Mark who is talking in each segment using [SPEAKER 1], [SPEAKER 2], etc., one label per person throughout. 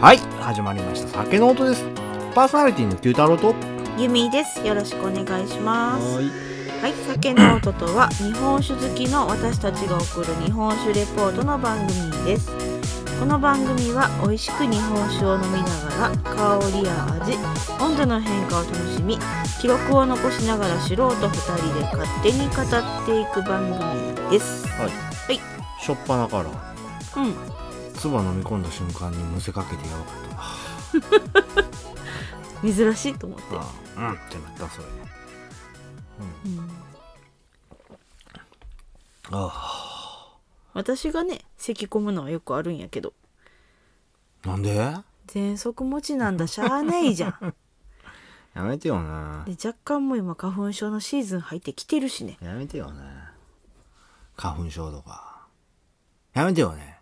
[SPEAKER 1] はい始まりました酒の音ですパーソナリティの九太郎と
[SPEAKER 2] ゆみです。よろしくお願いします。
[SPEAKER 3] はい。
[SPEAKER 2] はい、酒の音とは日本酒好きの私たちが送る日本酒レポートの番組です。この番組は美味しく日本酒を飲みながら香りや味、温度の変化を楽しみ、記録を残しながら素人2人で勝手に語っていく番組です。
[SPEAKER 1] 初っ端から
[SPEAKER 2] うん、
[SPEAKER 1] 唾飲み込んだ瞬間にむせかけてやばかったあ
[SPEAKER 2] 珍しいと思って。
[SPEAKER 1] あうんってなったそれ
[SPEAKER 2] うん
[SPEAKER 1] あ
[SPEAKER 2] 私がね、咳込むのはよくあるんやけど、
[SPEAKER 1] あなんでや
[SPEAKER 2] 喘息持ちなんだしゃあないじゃん。
[SPEAKER 1] めてよな
[SPEAKER 2] で若干もう今花粉症のシーズン入ってきてるしね
[SPEAKER 1] やめてよな花粉症とかやめてよね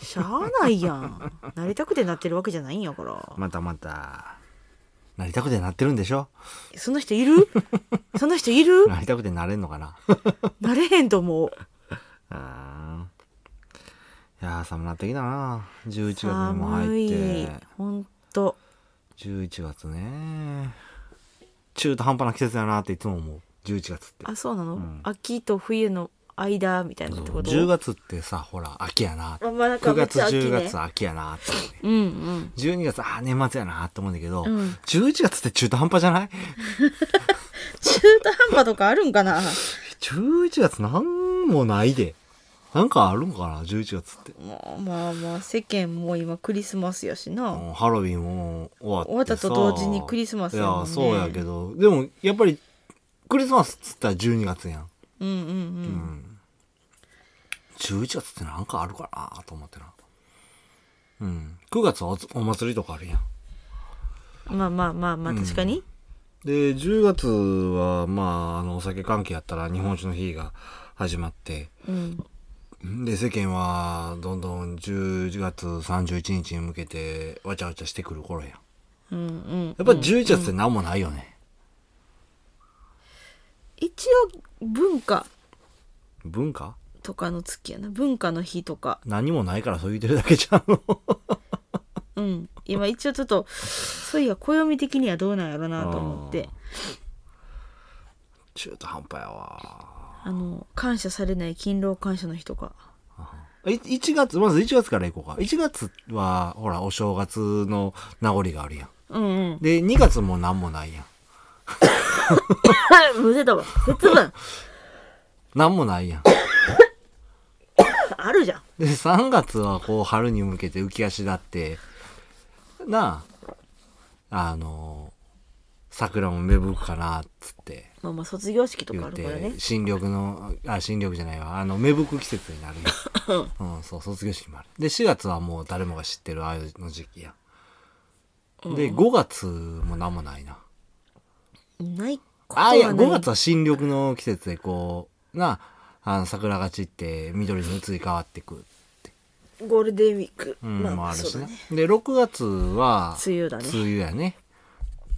[SPEAKER 2] しゃあないや んなりたくてなってるわけじゃないんやから
[SPEAKER 1] またまたなりたくてなってるんでし ょ
[SPEAKER 2] その人いるその人いる
[SPEAKER 1] なりたくてなれんのかな
[SPEAKER 2] なれへんと思う
[SPEAKER 1] あーいやー寒なってきたな11月にも
[SPEAKER 2] 寒
[SPEAKER 1] 入っ
[SPEAKER 2] い
[SPEAKER 1] て
[SPEAKER 2] ほんと
[SPEAKER 1] 11月ね中途半端な季節やなっていつも思う11月って
[SPEAKER 2] あそうなの、秋と冬の間みたいなってこと
[SPEAKER 1] 10月ってさほら秋やな
[SPEAKER 2] あまあなんか
[SPEAKER 1] 9月
[SPEAKER 2] めっちゃ秋
[SPEAKER 1] 10
[SPEAKER 2] ね
[SPEAKER 1] 月秋やなって
[SPEAKER 2] うんうん
[SPEAKER 1] 12月あー年末やなって思うんだけど、
[SPEAKER 2] うん
[SPEAKER 1] 11月って中途半端じゃない
[SPEAKER 2] 中途半端とかあるんかな
[SPEAKER 1] ?11 月なんもないでなんかあるんかな11月って、
[SPEAKER 2] まあまあまあ世間も今クリスマスやしな、
[SPEAKER 1] もうハロウィンも終わって
[SPEAKER 2] 終わったと同時にクリスマス
[SPEAKER 1] や
[SPEAKER 2] やもんね
[SPEAKER 1] いやそうやけどでもやっぱりクリスマスっつったら12月やん
[SPEAKER 2] うんうんうん、
[SPEAKER 1] 11月ってなんかあるかなと思ってな。うん。9月はおつお祭りとかあるやん。
[SPEAKER 2] まあまあまあまあ確かに、
[SPEAKER 1] で、10月は、まあ、あの、お酒関係やったら日本酒の日が始まって、
[SPEAKER 2] うん、
[SPEAKER 1] で、世間は、どんどん10月31日に向けて、わちゃわちゃしてくる頃やん。や
[SPEAKER 2] うんうん
[SPEAKER 1] っぱ11月ってなんもないよね。
[SPEAKER 2] 一応文化
[SPEAKER 1] 文化
[SPEAKER 2] とかの月やな文化の日とか
[SPEAKER 1] 何もないからそう言ってるだけじゃん。
[SPEAKER 2] うん今一応ちょっとそういや暦的にはどうなんやろなと思って
[SPEAKER 1] 中途半端やわ。
[SPEAKER 2] あの感謝されない勤労感謝の日とか
[SPEAKER 1] い1月、まず1月から行こうか。1月は、ほら、お正月の名残があるやん。
[SPEAKER 2] うん うん
[SPEAKER 1] で、2月もなんもないやん。
[SPEAKER 2] むせたわ節分
[SPEAKER 1] なんもないやん。
[SPEAKER 2] あるじゃん
[SPEAKER 1] で、3月はこう、春に向けて浮き足だって、なあ、あの桜も芽吹くかな、っつって
[SPEAKER 2] まあまあ卒業式と
[SPEAKER 1] 言
[SPEAKER 2] かあ
[SPEAKER 1] っ
[SPEAKER 2] るからね
[SPEAKER 1] て、新緑の、あ、新緑じゃないわ、あの、芽吹く季節になるや ん。うん、そう、卒業式もある。で、4月はもう誰もが知ってるああいうの時期やん。で、5月もなんもないな。
[SPEAKER 2] ないことは
[SPEAKER 1] あ
[SPEAKER 2] ない
[SPEAKER 1] いや、5月は新緑の季節でこう、な、あの桜が散って緑に移り変わってくって、
[SPEAKER 2] ゴールデンウィーク、
[SPEAKER 1] うん、
[SPEAKER 2] まあ
[SPEAKER 1] も
[SPEAKER 2] ま
[SPEAKER 1] あ
[SPEAKER 2] あ
[SPEAKER 1] るし
[SPEAKER 2] そう
[SPEAKER 1] ね
[SPEAKER 2] だ
[SPEAKER 1] で、
[SPEAKER 2] ね。
[SPEAKER 1] 6月は、
[SPEAKER 2] 梅雨だね
[SPEAKER 1] 梅雨やね。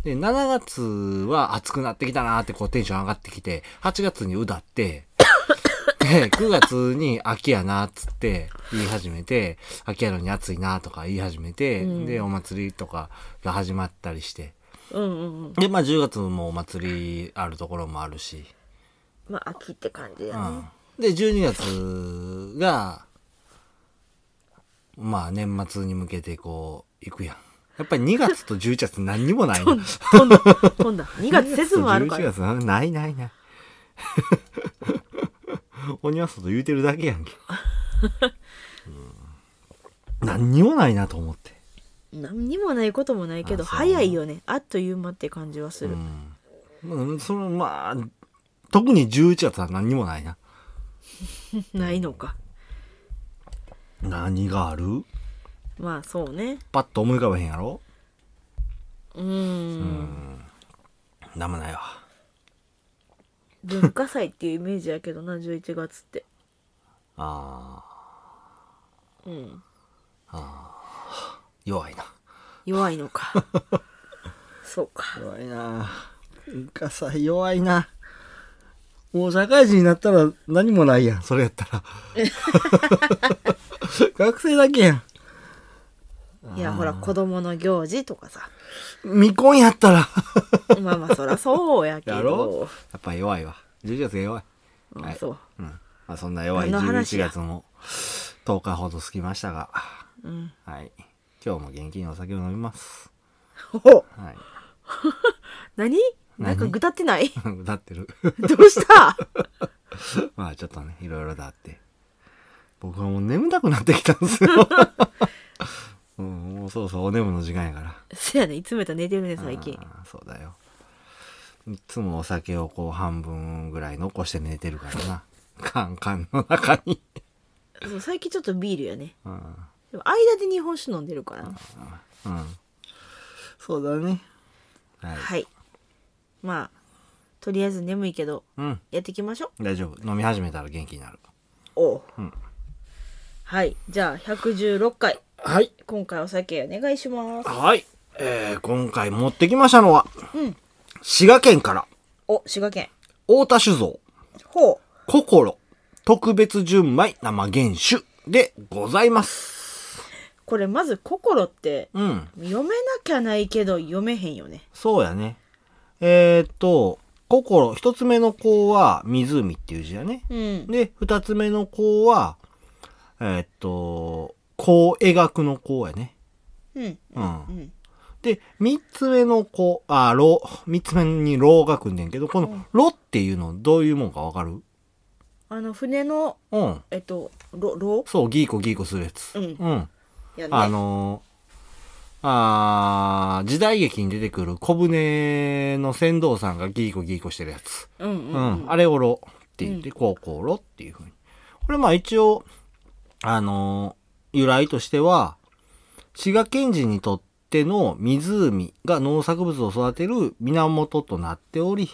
[SPEAKER 1] で、7月は暑くなってきたなーってこうテンション上がってきて、8月にうだって、 で、9月に秋やなーっつって言い始めて、秋やのに暑いなーとか言い始めて、で、お祭りとかが始まったりして。
[SPEAKER 2] うんうんうん
[SPEAKER 1] で、まあ10月もお祭りあるところもあるし。
[SPEAKER 2] まあ秋って感じだね、
[SPEAKER 1] で12月がまあ年末に向けてこう行くやんやっぱり2月と11月何にもないな
[SPEAKER 2] 飛んだ飛んだ2月節分ある か
[SPEAKER 1] 2
[SPEAKER 2] ら
[SPEAKER 1] 月と11月ないないない おにわすと言うてるだけやんけ、うん何にもないなと思って
[SPEAKER 2] 何にもないこともないけど
[SPEAKER 1] あそう
[SPEAKER 2] 早いよねあっという間って感じはする、
[SPEAKER 1] うんそのまあ特に11月は何にもないな
[SPEAKER 2] ないのか
[SPEAKER 1] 何がある
[SPEAKER 2] まあそうね
[SPEAKER 1] パッと思い浮かばへんやろ
[SPEAKER 2] うーん
[SPEAKER 1] 何もないわ
[SPEAKER 2] 文化祭っていうイメージやけどな11月って
[SPEAKER 1] ああ
[SPEAKER 2] うん
[SPEAKER 1] 弱いな
[SPEAKER 2] 弱いのか そうか
[SPEAKER 1] 弱いな文化祭弱いなもう社会人になったら何もないやん それやったら学生だけやん
[SPEAKER 2] いやほら子供の行事とかさ
[SPEAKER 1] 未婚やったらや
[SPEAKER 2] まあまあそらそうやけど
[SPEAKER 1] やろっぱ弱いわ11月が弱い、
[SPEAKER 2] うん
[SPEAKER 1] はい
[SPEAKER 2] そう
[SPEAKER 1] うんまあ、そんな弱い
[SPEAKER 2] 何の話
[SPEAKER 1] 11
[SPEAKER 2] や
[SPEAKER 1] 月も10日ほど過ぎましたが、
[SPEAKER 2] うん
[SPEAKER 1] はい、今日も元気にお酒を飲みます、
[SPEAKER 2] ほう
[SPEAKER 1] はい、
[SPEAKER 2] 何なんか
[SPEAKER 1] 何
[SPEAKER 2] ぐたってない
[SPEAKER 1] 歌ってる
[SPEAKER 2] どうした
[SPEAKER 1] まあちょっとねいろいろだって僕はもう眠たくなってきたん ですよ、うん、もうそろそろお眠の時間やから
[SPEAKER 2] せやねいつもやったら寝てるね最近
[SPEAKER 1] あーそうだよいつもお酒をこう半分ぐらい残して寝てるからなカンカンの中に、
[SPEAKER 2] そう最近ちょっとビールやね
[SPEAKER 1] うん
[SPEAKER 2] でも間で日本酒飲んでるからね
[SPEAKER 1] うん、そうだねはい、
[SPEAKER 2] はいまあとりあえず眠いけど
[SPEAKER 1] うん
[SPEAKER 2] やっていきましょう
[SPEAKER 1] 大丈夫飲み始めたら元気になる
[SPEAKER 2] おう、
[SPEAKER 1] うん
[SPEAKER 2] はいじゃあ116回
[SPEAKER 1] はい
[SPEAKER 2] 今回お酒お願いします
[SPEAKER 1] はい、えー、今回持ってきましたのは、
[SPEAKER 2] うん
[SPEAKER 1] 滋賀県から
[SPEAKER 2] お滋賀県
[SPEAKER 1] 太田酒造
[SPEAKER 2] ほ
[SPEAKER 1] 心特別純米生原酒でございます
[SPEAKER 2] うこれまず「心」って
[SPEAKER 1] うん
[SPEAKER 2] 読めなきゃないけど読めへんよね
[SPEAKER 1] そうやね。えーっと、心、一つ目の子は湖っていう字やね。
[SPEAKER 2] うん
[SPEAKER 1] で、二つ目の子は、えーっと、こう描くの子やね。
[SPEAKER 2] うん
[SPEAKER 1] うん
[SPEAKER 2] う。ん
[SPEAKER 1] で、三つ目の子、あ、ろ、三つ目にろがくんねんけど、このろっていうのどういうもんかわかる
[SPEAKER 2] あの船の
[SPEAKER 1] うん。
[SPEAKER 2] えっとロロ
[SPEAKER 1] そう、ギーコギーコするやつ。
[SPEAKER 2] うん
[SPEAKER 1] うん。
[SPEAKER 2] やね
[SPEAKER 1] あのー、あー時代劇に出てくる小舟の船頭さんがギーコギーコしてるやつ。
[SPEAKER 2] うんう
[SPEAKER 1] うんん、あれをろって言って、こうこうろっていうふうに。これまあ一応、あのー由来としては、滋賀県人にとっての湖が農作物を育てる源となっており、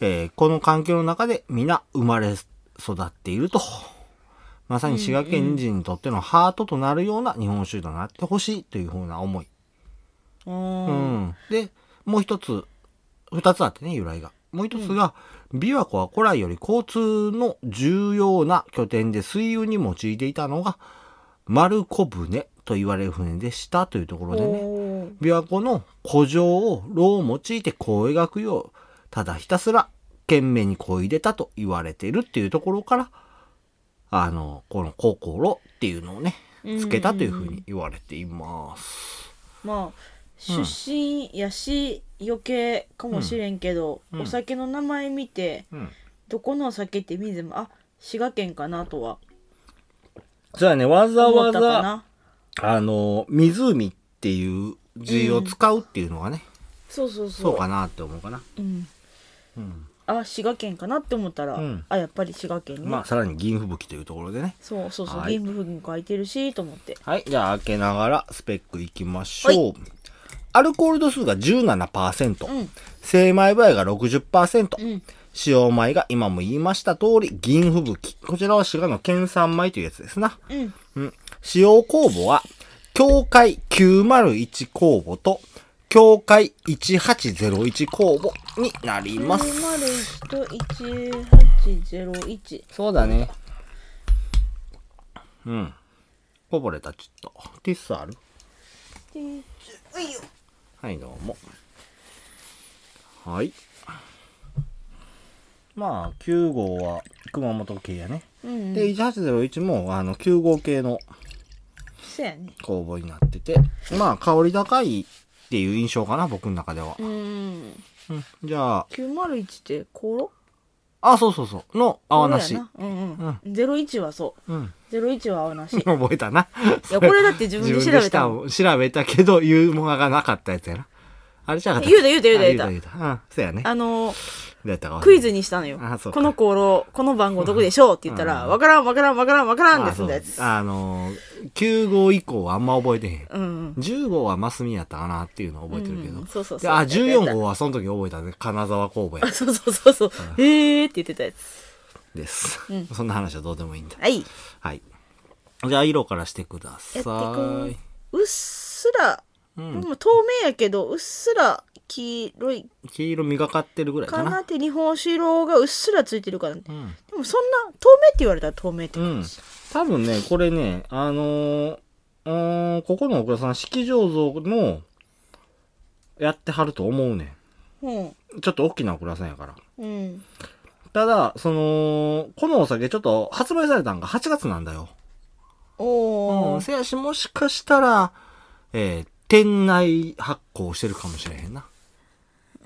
[SPEAKER 1] えーこの環境の中で皆生まれ育っていると。まさに滋賀県人にとってのハートとなるような日本酒となってほしいというふうな思い。
[SPEAKER 2] う
[SPEAKER 1] うんん。で、もう一つ、二つあってね、由来が。もう一つが、琵琶湖は古来より交通の重要な拠点で水運に用いていたのが、丸小舟と言われる船でしたというところでね、
[SPEAKER 2] おー
[SPEAKER 1] 琵琶湖の古城を炉を用いてこう描くよう、ただひたすら懸命にこいでたと言われてるっていうところから、あの、この心っていうのをね、つけたというふうに言われています。
[SPEAKER 2] まあ出身やし余計かもしれんけど、
[SPEAKER 1] うん
[SPEAKER 2] お酒の名前見て
[SPEAKER 1] うん。
[SPEAKER 2] どこのお酒って見ずもあ滋賀県かなとは
[SPEAKER 1] そうやね、わざ
[SPEAKER 2] 思
[SPEAKER 1] わ
[SPEAKER 2] ったか
[SPEAKER 1] ざ、
[SPEAKER 2] な
[SPEAKER 1] あの、湖っていう字を使うっていうのはね、
[SPEAKER 2] そうそうそう
[SPEAKER 1] そうかなって思うかな。
[SPEAKER 2] うん
[SPEAKER 1] うん。
[SPEAKER 2] あ滋賀県かなって思ったら、
[SPEAKER 1] うん
[SPEAKER 2] あやっぱり滋賀県ね、
[SPEAKER 1] まあ、さらに銀吹雪というところでね。
[SPEAKER 2] そうそうそう
[SPEAKER 1] はい
[SPEAKER 2] 銀部付近書いてるしと思って
[SPEAKER 1] はい、じゃあ開けながらスペックいきましょう。アルコール度数が17%、
[SPEAKER 2] うん
[SPEAKER 1] 精米部合が60%、
[SPEAKER 2] うん
[SPEAKER 1] 使用米が今も言いました通り、銀吹雪。こちらは滋賀の県産米というやつですな。
[SPEAKER 2] うん
[SPEAKER 1] うん使用酵母は、境界901酵母と、境界1801酵母になります。
[SPEAKER 2] 901と1801
[SPEAKER 1] そうだね。うん。こぼれた、ちょっと。ティッスある
[SPEAKER 2] でういよ
[SPEAKER 1] はい、どうも。はい。まあ、9号は熊本系やね。
[SPEAKER 2] うん
[SPEAKER 1] で、1801も、あの、9号系の
[SPEAKER 2] そうやね
[SPEAKER 1] 酵母になってて、まあ、香り高いっていう印象かな、僕の中では。
[SPEAKER 2] うん
[SPEAKER 1] うん、じゃあ、
[SPEAKER 2] 901ってコロ
[SPEAKER 1] あ、そうそうそう、の泡なし。
[SPEAKER 2] コロやなうんうん01はそう
[SPEAKER 1] うん、
[SPEAKER 2] 01は青なし い
[SPEAKER 1] 覚えたな。
[SPEAKER 2] やこれだって自分で調べたもん
[SPEAKER 1] 自分で調べたけど、言うものがなかったやつやな。あれじゃなかった。
[SPEAKER 2] 言うた言うた言うた
[SPEAKER 1] あ
[SPEAKER 2] 言うた
[SPEAKER 1] 言うた言うた。うん、そうやね。
[SPEAKER 2] あの
[SPEAKER 1] どうやったか
[SPEAKER 2] クイズにしたのよ
[SPEAKER 1] あそうか
[SPEAKER 2] このコロこの番号どこでしょうって言ったらわからんわからんわからんわからんで
[SPEAKER 1] ですす
[SPEAKER 2] んだ
[SPEAKER 1] ね
[SPEAKER 2] やつ
[SPEAKER 1] あのー、9号以降はあんま覚えてへん。
[SPEAKER 2] うんうん
[SPEAKER 1] 10号はマスミやったかなっていうのは覚えてるけ
[SPEAKER 2] う
[SPEAKER 1] ど
[SPEAKER 2] ん。そうそう
[SPEAKER 1] で
[SPEAKER 2] そう
[SPEAKER 1] あ、14号はその時覚えたね。金沢工房や
[SPEAKER 2] あそうそうそうそうえーって言ってたやつ
[SPEAKER 1] です。
[SPEAKER 2] うん
[SPEAKER 1] そんな話はどうでもいいんだ。
[SPEAKER 2] はい
[SPEAKER 1] はい。じゃあ、色からしてくだ
[SPEAKER 2] やって
[SPEAKER 1] さ
[SPEAKER 2] く
[SPEAKER 1] い。
[SPEAKER 2] うっすら、
[SPEAKER 1] うん
[SPEAKER 2] もう透明やけどうっすら黄色い
[SPEAKER 1] 黄色磨かってるぐらい
[SPEAKER 2] か
[SPEAKER 1] か
[SPEAKER 2] な
[SPEAKER 1] な
[SPEAKER 2] っ。て日本酒色がうっすらついてるから、で
[SPEAKER 1] うん。
[SPEAKER 2] もそんな透明って言われたら透明って
[SPEAKER 1] う
[SPEAKER 2] 感
[SPEAKER 1] ん
[SPEAKER 2] じ、。
[SPEAKER 1] 多分ね、これね、あのーうーん、ここの奥田さん、式醸造も、やってはると思うね
[SPEAKER 2] うん
[SPEAKER 1] ん。ちょっと大きな奥田さんやから。
[SPEAKER 2] うん
[SPEAKER 1] ただ、その、このお酒ちょっと発売されたんが8月なんだよ。
[SPEAKER 2] お
[SPEAKER 1] うん、
[SPEAKER 2] ー
[SPEAKER 1] せやし、もしかしたら、えー店内発行してるかもしれへんな。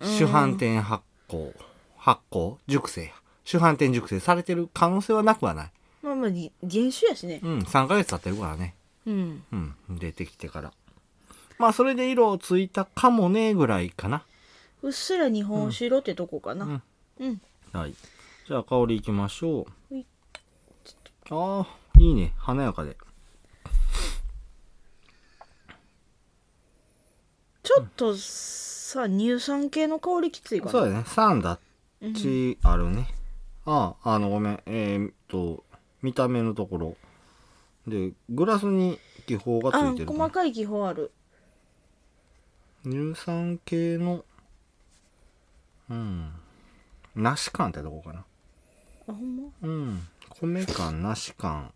[SPEAKER 1] 主販店発行、発行、熟成や。主販店熟成されてる可能性はなくはない。
[SPEAKER 2] まあまあじ原酒やしね
[SPEAKER 1] うん、3ヶ月経ってるからね。
[SPEAKER 2] うん
[SPEAKER 1] うん、出てきてから。まあ、それで色をついたかもね、ぐらいかな。
[SPEAKER 2] うっすら日本酒色ってとこかな
[SPEAKER 1] うん
[SPEAKER 2] うん
[SPEAKER 1] はい。じゃあ、香りいきましょう
[SPEAKER 2] ほい。
[SPEAKER 1] ああ、いいね。華やかで。
[SPEAKER 2] ちょっとさ乳酸系の香りきついかな
[SPEAKER 1] そうだね。サンダッチあるね。ああ、あの、ごめん。えーっと、見た目のところ。で、グラスに気泡がつ
[SPEAKER 2] あ
[SPEAKER 1] いてるかな
[SPEAKER 2] 細かい気泡ある
[SPEAKER 1] 乳酸系の、うん。梨感ってとこかな。
[SPEAKER 2] あほんま
[SPEAKER 1] うん。米感、梨感、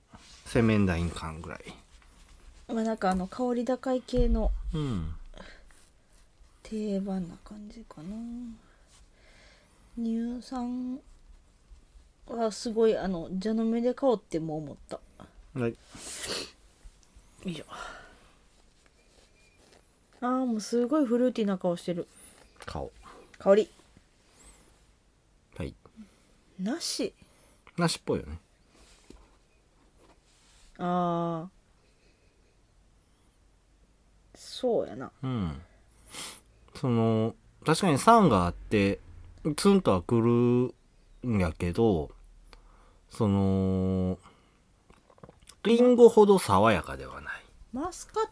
[SPEAKER 1] セメンダイン感ぐらい。
[SPEAKER 2] まあなんかあの香り高い系の
[SPEAKER 1] うん。
[SPEAKER 2] 定番な感じかな乳酸はすごいあの蛇の目で香っても思った
[SPEAKER 1] はい。
[SPEAKER 2] よいしょあーもうすごいフルーティーな顔してる
[SPEAKER 1] 顔。
[SPEAKER 2] 香り
[SPEAKER 1] はい。
[SPEAKER 2] なし
[SPEAKER 1] 梨っぽいよね。
[SPEAKER 2] あーそうやな
[SPEAKER 1] うん。その、確かに酸があって、ツンとはくるんやけど、その、リンゴほど爽やかではな
[SPEAKER 2] マスカッ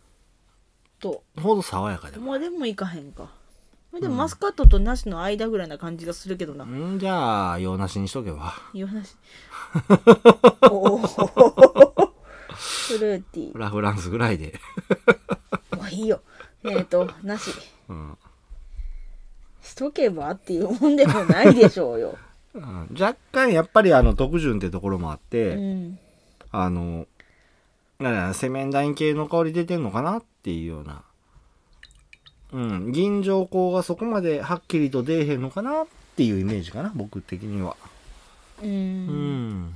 [SPEAKER 2] ト
[SPEAKER 1] い。ほど爽やかではない。
[SPEAKER 2] までもいかへんかでもマスカットとなしの間ぐらいな感じがするけどな、
[SPEAKER 1] んじゃあ、用なしにしとけば。
[SPEAKER 2] いう話おーフルーティー
[SPEAKER 1] ラフランスぐらいで。
[SPEAKER 2] まあいいよえっ、ー、となし
[SPEAKER 1] うん。
[SPEAKER 2] しとけばっていうもんでもないでしょうよ、
[SPEAKER 1] うん若干やっぱりあの特潤ってところもあっ
[SPEAKER 2] う
[SPEAKER 1] て、
[SPEAKER 2] ん、
[SPEAKER 1] あのなんだろうセメンダイン系の香り出てんのかなっていうようなうん銀条香がそこまではっきりと出えへんのかなっていうイメージかな僕的には
[SPEAKER 2] う
[SPEAKER 1] うん
[SPEAKER 2] ん、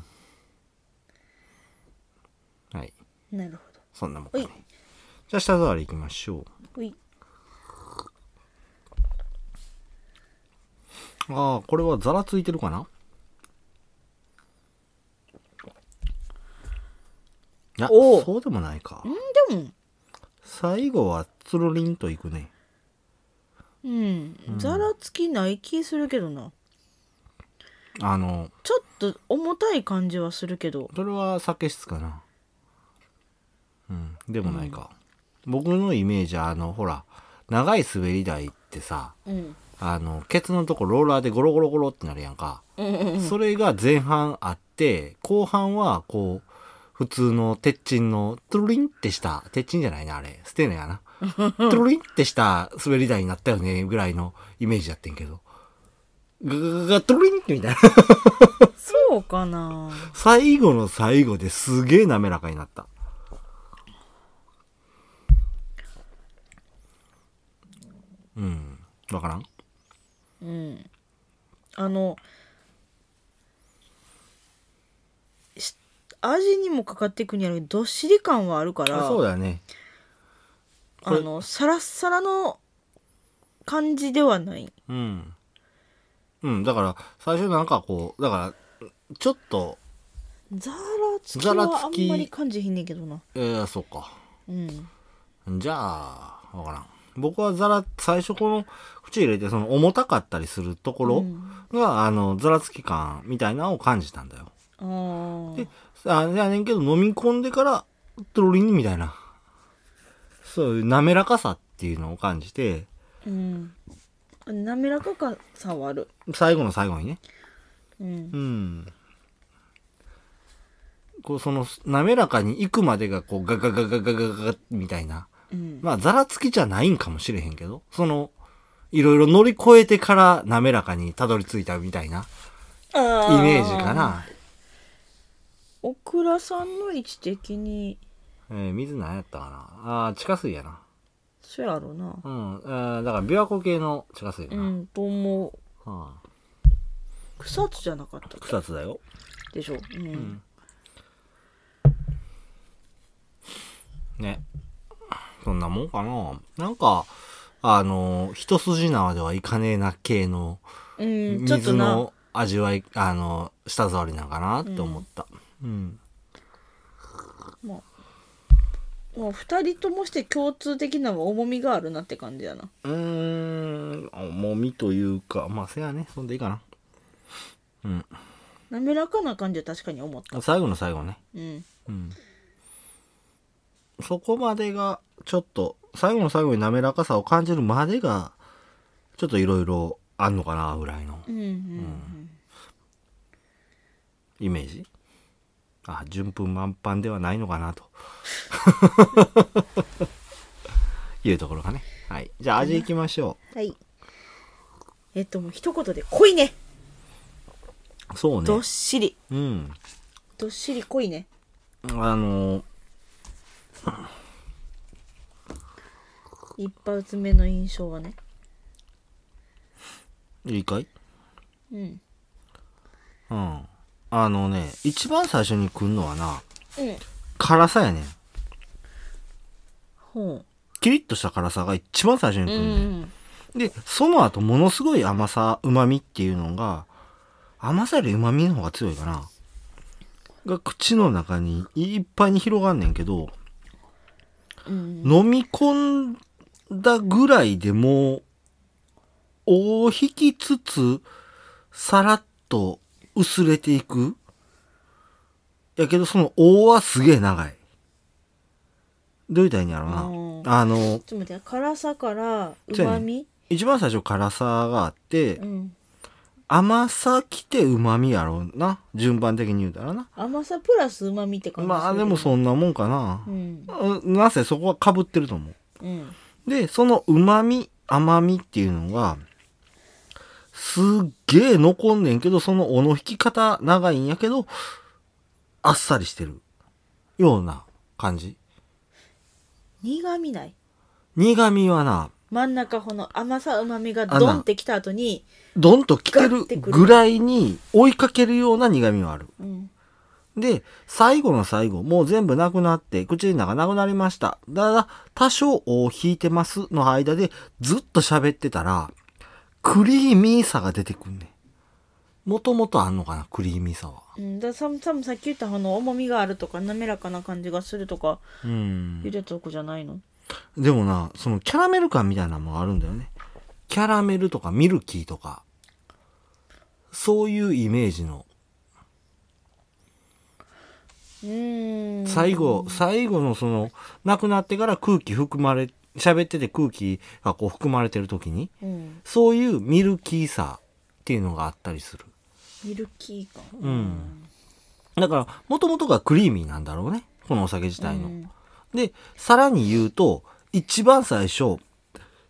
[SPEAKER 1] はい
[SPEAKER 2] なるほ
[SPEAKER 1] そんなもんかね
[SPEAKER 2] はい
[SPEAKER 1] じゃあ舌触りいきましょ
[SPEAKER 2] どほいう
[SPEAKER 1] ああこれはザラついてるかないや
[SPEAKER 2] おう
[SPEAKER 1] そうでもないか
[SPEAKER 2] でも
[SPEAKER 1] 最後はつるりんといくね
[SPEAKER 2] うんざらつきない気するけどな
[SPEAKER 1] あの
[SPEAKER 2] ちょっと重たい感じはするけど
[SPEAKER 1] それは酒質かなうんでもないか、僕のイメージはあのほら長い滑り台ってさ
[SPEAKER 2] うん
[SPEAKER 1] あのケツのとこローラーでゴロゴロゴロってなるやんか、
[SPEAKER 2] うんうんうん
[SPEAKER 1] それが前半あって後半はこう普通の鉄鎮のトゥルリンってした鉄鎮じゃないなあれステーナや なトゥルリンってした滑り台になったよねぐらいのイメージやってんけどガガガガトゥルリンってみたいな
[SPEAKER 2] そうかな
[SPEAKER 1] 最後の最後ですげえ滑らかになった。うん。わからん
[SPEAKER 2] うんあのし味にもかかっていくんやろうけどどっしり感はあるから
[SPEAKER 1] そうだよね。
[SPEAKER 2] あのサラッサラの感じではない
[SPEAKER 1] うん。うん。だから、最初なんかこう、だから、ちょっと、
[SPEAKER 2] ザラつき
[SPEAKER 1] ざら
[SPEAKER 2] は
[SPEAKER 1] つ
[SPEAKER 2] あん
[SPEAKER 1] き
[SPEAKER 2] まり感じひんねんけどな
[SPEAKER 1] えー、そうか。
[SPEAKER 2] うん
[SPEAKER 1] じゃあ、わからん。僕はザラ、最初この口入れて、その重たかったりするところが、あの、ザラつき感みたいなのを感じたんだよ。
[SPEAKER 2] あー
[SPEAKER 1] で、あれやねんけど、飲み込んでから、トロリンみたいな、そういう滑らかさっていうのを感じて、
[SPEAKER 2] うん滑らかかさはある
[SPEAKER 1] 最後の最後にね、
[SPEAKER 2] うん
[SPEAKER 1] うん。こう、その、滑らかに行くまでが、こう、ガガガガガガガガみたいな。
[SPEAKER 2] うん
[SPEAKER 1] まあ、ざらつきじゃないんかもしれへんけど、その、いろいろ乗り越えてから滑らかにたどり着いたみたいな
[SPEAKER 2] イ
[SPEAKER 1] イメージかな。
[SPEAKER 2] オクラさんの位置的に
[SPEAKER 1] えー水何やったかなあー地下水やな。
[SPEAKER 2] そやろな
[SPEAKER 1] うん。えーだから、琵琶湖系の地下水や
[SPEAKER 2] う
[SPEAKER 1] な。うん。
[SPEAKER 2] んと思う
[SPEAKER 1] はあ、
[SPEAKER 2] 草津じゃなかった
[SPEAKER 1] 草津だよ。
[SPEAKER 2] でしょうん、
[SPEAKER 1] んね。そんなもんかな。なんか、あのー一筋縄ではいかねえな系の
[SPEAKER 2] うん、ちょっと
[SPEAKER 1] 水
[SPEAKER 2] な
[SPEAKER 1] の味わい、あのー舌触りなんかなって思った。うん。
[SPEAKER 2] まあ、まあ、2人ともして共通的なのは重みがあるなって感じやな
[SPEAKER 1] うーん、重みというか、まあ、せやね。そんでいいかな。
[SPEAKER 2] 滑らかな感じは確かに思った
[SPEAKER 1] 最後の最後ね。
[SPEAKER 2] うん
[SPEAKER 1] うん。そこまでが、ちょっと、最後の最後に滑らかさを感じるまでが、ちょっといろいろあんのかな、ぐらいの
[SPEAKER 2] うんうんうん
[SPEAKER 1] イメージ。あ、順風満帆ではないのかな、と。 いうところかね。はい。じゃあ、味いきましょ
[SPEAKER 2] はいえっともう一言で濃いね
[SPEAKER 1] う。そう
[SPEAKER 2] ど
[SPEAKER 1] ね
[SPEAKER 2] っ。しり
[SPEAKER 1] うん。
[SPEAKER 2] どっしり濃いね
[SPEAKER 1] あのー
[SPEAKER 2] 一発目の印象はね
[SPEAKER 1] いいかい
[SPEAKER 2] うん
[SPEAKER 1] うん。あのね、一番最初に来んのはな、
[SPEAKER 2] うん
[SPEAKER 1] 辛さやねん。
[SPEAKER 2] ほ
[SPEAKER 1] キリッとした辛さが一番最初に
[SPEAKER 2] う
[SPEAKER 1] 来
[SPEAKER 2] うん
[SPEAKER 1] ねん
[SPEAKER 2] ん
[SPEAKER 1] で、その後、ものすごい甘さ、旨味っていうのが、甘さより旨味の方が強いかな。が、口の中にいっぱいに広がんねんけど、
[SPEAKER 2] うん
[SPEAKER 1] 飲み込んだぐらいでもう、大引きつつ、さらっと薄れていく。やけど、その大はすげえ長い。どう言ったらいいんやろ
[SPEAKER 2] あ
[SPEAKER 1] う
[SPEAKER 2] ー
[SPEAKER 1] な。あの、
[SPEAKER 2] ちょっと待って辛さから
[SPEAKER 1] そうやね
[SPEAKER 2] 旨味
[SPEAKER 1] 一番最初辛さがあって、
[SPEAKER 2] うん
[SPEAKER 1] 甘さきて旨味やろうな。順番的に言うたらな。
[SPEAKER 2] 甘さプラス旨味って感じ
[SPEAKER 1] まあでも
[SPEAKER 2] う
[SPEAKER 1] そんなもんかな
[SPEAKER 2] う。ん
[SPEAKER 1] うんなぜそこは被ってると思
[SPEAKER 2] うん
[SPEAKER 1] う。で、その旨味、甘味っていうのが、すっげえ残んねんけど、そのおの引き方長いんやけど、あっさりしてる。ような感じ。
[SPEAKER 2] 苦味ない
[SPEAKER 1] 苦味はな、
[SPEAKER 2] 真ん中この甘さ旨味が
[SPEAKER 1] あな
[SPEAKER 2] ドンってきた後に
[SPEAKER 1] どんと来て
[SPEAKER 2] ガッ
[SPEAKER 1] る
[SPEAKER 2] てくる
[SPEAKER 1] ぐらいに追いかけるような苦味はある。
[SPEAKER 2] うん
[SPEAKER 1] で、最後の最後、もう全部なくなって、口の中なくなりました。ただ、多少を引いてますの間で、ずっと喋ってたら、クリーミーさが出てくんねん。もともとあんのかな、クリーミーさは。
[SPEAKER 2] うんださ多分さっき言ったこの重みがあるとか滑らかな感じがするとか
[SPEAKER 1] うん
[SPEAKER 2] ゆ。でたとこじゃないの
[SPEAKER 1] でもな、そのキャラメル感みたいなのもあるんだよね。キャラメルとかミルキーとか、そういうイメージの、
[SPEAKER 2] うーん
[SPEAKER 1] 最後、最後のその、なくなってから空気含まれ、喋ってて空気がこう含まれてる時に、
[SPEAKER 2] うん
[SPEAKER 1] そういうミルキーさっていうのがあったりする。
[SPEAKER 2] ミルキー感
[SPEAKER 1] うんだから、もともとがクリーミーなんだろうね。このお酒自体の。
[SPEAKER 2] うん
[SPEAKER 1] で、さらに言うと、一番最初、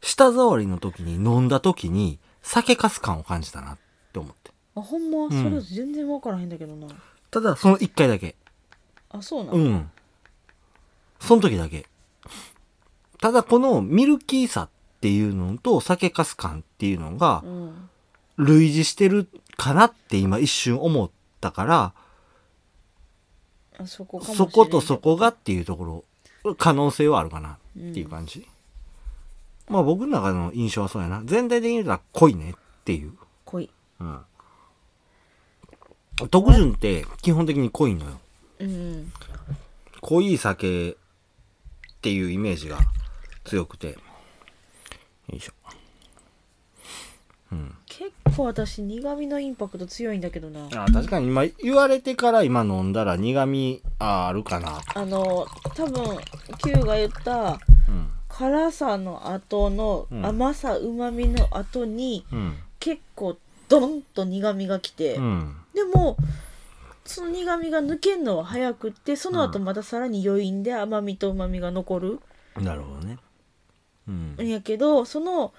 [SPEAKER 1] 舌触りの時に飲んだ時に、酒かす感を感じたなって思って。
[SPEAKER 2] あほんまそれ全然分からへんだけどな、
[SPEAKER 1] ただ、その一回だけ。
[SPEAKER 2] あそうなの
[SPEAKER 1] うん。その時だけ。ただ、このミルキーさっていうのと酒かす感っていうのが、
[SPEAKER 2] うん
[SPEAKER 1] 類似してるかなって今一瞬思ったから、
[SPEAKER 2] あそこかもしれ
[SPEAKER 1] そ
[SPEAKER 2] ん
[SPEAKER 1] ことそこがっていうところ、可能性はあるかなっていう感じ。まあ僕の中の印象はそうやな。全体的に言うたら濃いねっていう。
[SPEAKER 2] 濃い
[SPEAKER 1] うん。特潤って基本的に濃いのよ。
[SPEAKER 2] うん
[SPEAKER 1] 濃い酒っていうイメージが強くて。よいしょ。
[SPEAKER 2] 結構私苦味のインパクト強いんだけどな
[SPEAKER 1] あ確かに今言われてから今飲んだら苦味ああるかな。
[SPEAKER 2] あの多分 Q が言った
[SPEAKER 1] うん。
[SPEAKER 2] 辛さの後の
[SPEAKER 1] うん
[SPEAKER 2] 甘さうまみの後に
[SPEAKER 1] うん。
[SPEAKER 2] 結構ドンと苦みが来て、
[SPEAKER 1] うん。
[SPEAKER 2] でもその苦みが抜けるのは早くってその後またさらに余韻で甘みとうまみが残る
[SPEAKER 1] なるほどね。うん
[SPEAKER 2] ん。やけどその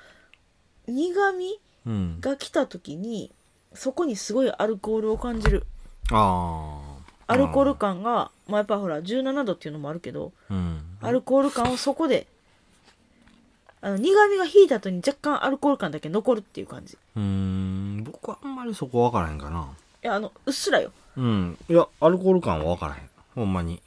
[SPEAKER 2] 苦み
[SPEAKER 1] うん。
[SPEAKER 2] が来た時にそこにすごいアルコールを感じる
[SPEAKER 1] ああ。
[SPEAKER 2] アルコール感がまあやっぱほら17度っていうのもあるけど
[SPEAKER 1] うん。
[SPEAKER 2] アルコール感をそこであの苦味が引いた後に若干アルコール感だけ残るっていう感じいう
[SPEAKER 1] ーん、僕はあんまりそこわからへんかな。
[SPEAKER 2] やあのうっすらよ
[SPEAKER 1] うん。いや、アルコール感はわからへん。ほんまに。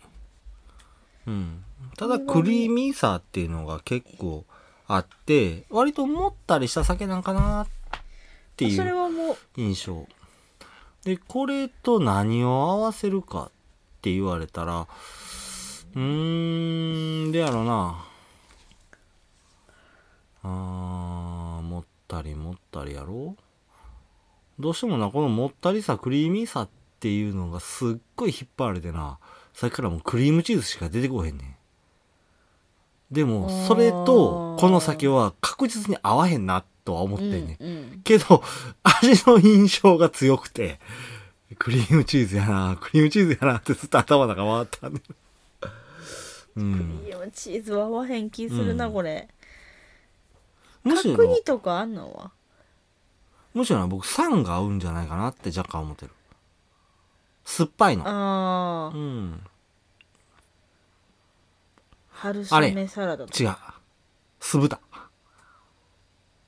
[SPEAKER 1] うん。ただ、クリーミーさっていうのが結構あって、割ともったりした酒なんかなってい
[SPEAKER 2] それ
[SPEAKER 1] う
[SPEAKER 2] はもう
[SPEAKER 1] 印象。で、これと何を合わせるかって言われたら、うーん、でやろな。あー、もったりもったりやろどうしてもな、このもったりさ、クリーミーさっていうのがすっごい引っ張られてな、さっきからもうクリームチーズしか出てこへんねん。でも、それと、この酒は確実に合わへんな、とは思ってんねん。
[SPEAKER 2] うんうん
[SPEAKER 1] けど、味の印象が強くて、クリームチーズやな、クリームチーズやなってずっと頭の中回ったんだよ。うん。
[SPEAKER 2] いやチーズは合わへん気するな、
[SPEAKER 1] うん
[SPEAKER 2] これ
[SPEAKER 1] むし
[SPEAKER 2] 角
[SPEAKER 1] ろ
[SPEAKER 2] 煮、とかあんのは
[SPEAKER 1] むしろな僕酸が合うんじゃないかなって若干思ってる。酸っぱいの。
[SPEAKER 2] あ
[SPEAKER 1] う
[SPEAKER 2] あ
[SPEAKER 1] ん。
[SPEAKER 2] 春雨サラダとか
[SPEAKER 1] 違う。酢豚。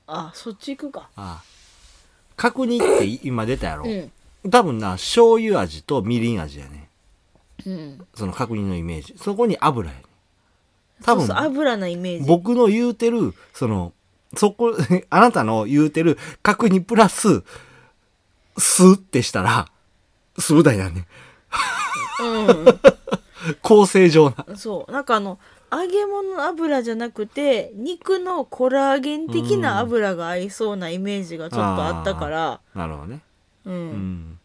[SPEAKER 2] あそっち行くか
[SPEAKER 1] ああ。角煮ってい今出たやろ
[SPEAKER 2] う。ん
[SPEAKER 1] 多分な、醤油味とみりん味やね。
[SPEAKER 2] うん
[SPEAKER 1] その角煮のイメージ。そこに油やね。多
[SPEAKER 2] 多
[SPEAKER 1] 分
[SPEAKER 2] 分そうそう油なイメージ
[SPEAKER 1] 僕の言うてる、その、そこ、 あなたの言うてる、角にプラス、すってしたら、酢豚やね。
[SPEAKER 2] うん
[SPEAKER 1] 構成上な。
[SPEAKER 2] そうなんかあの揚げ物の油じゃなくて肉のコラーゲン的な油が合いそうなイメージがちょっとあったから
[SPEAKER 1] なるほどね。
[SPEAKER 2] うん、
[SPEAKER 1] うん。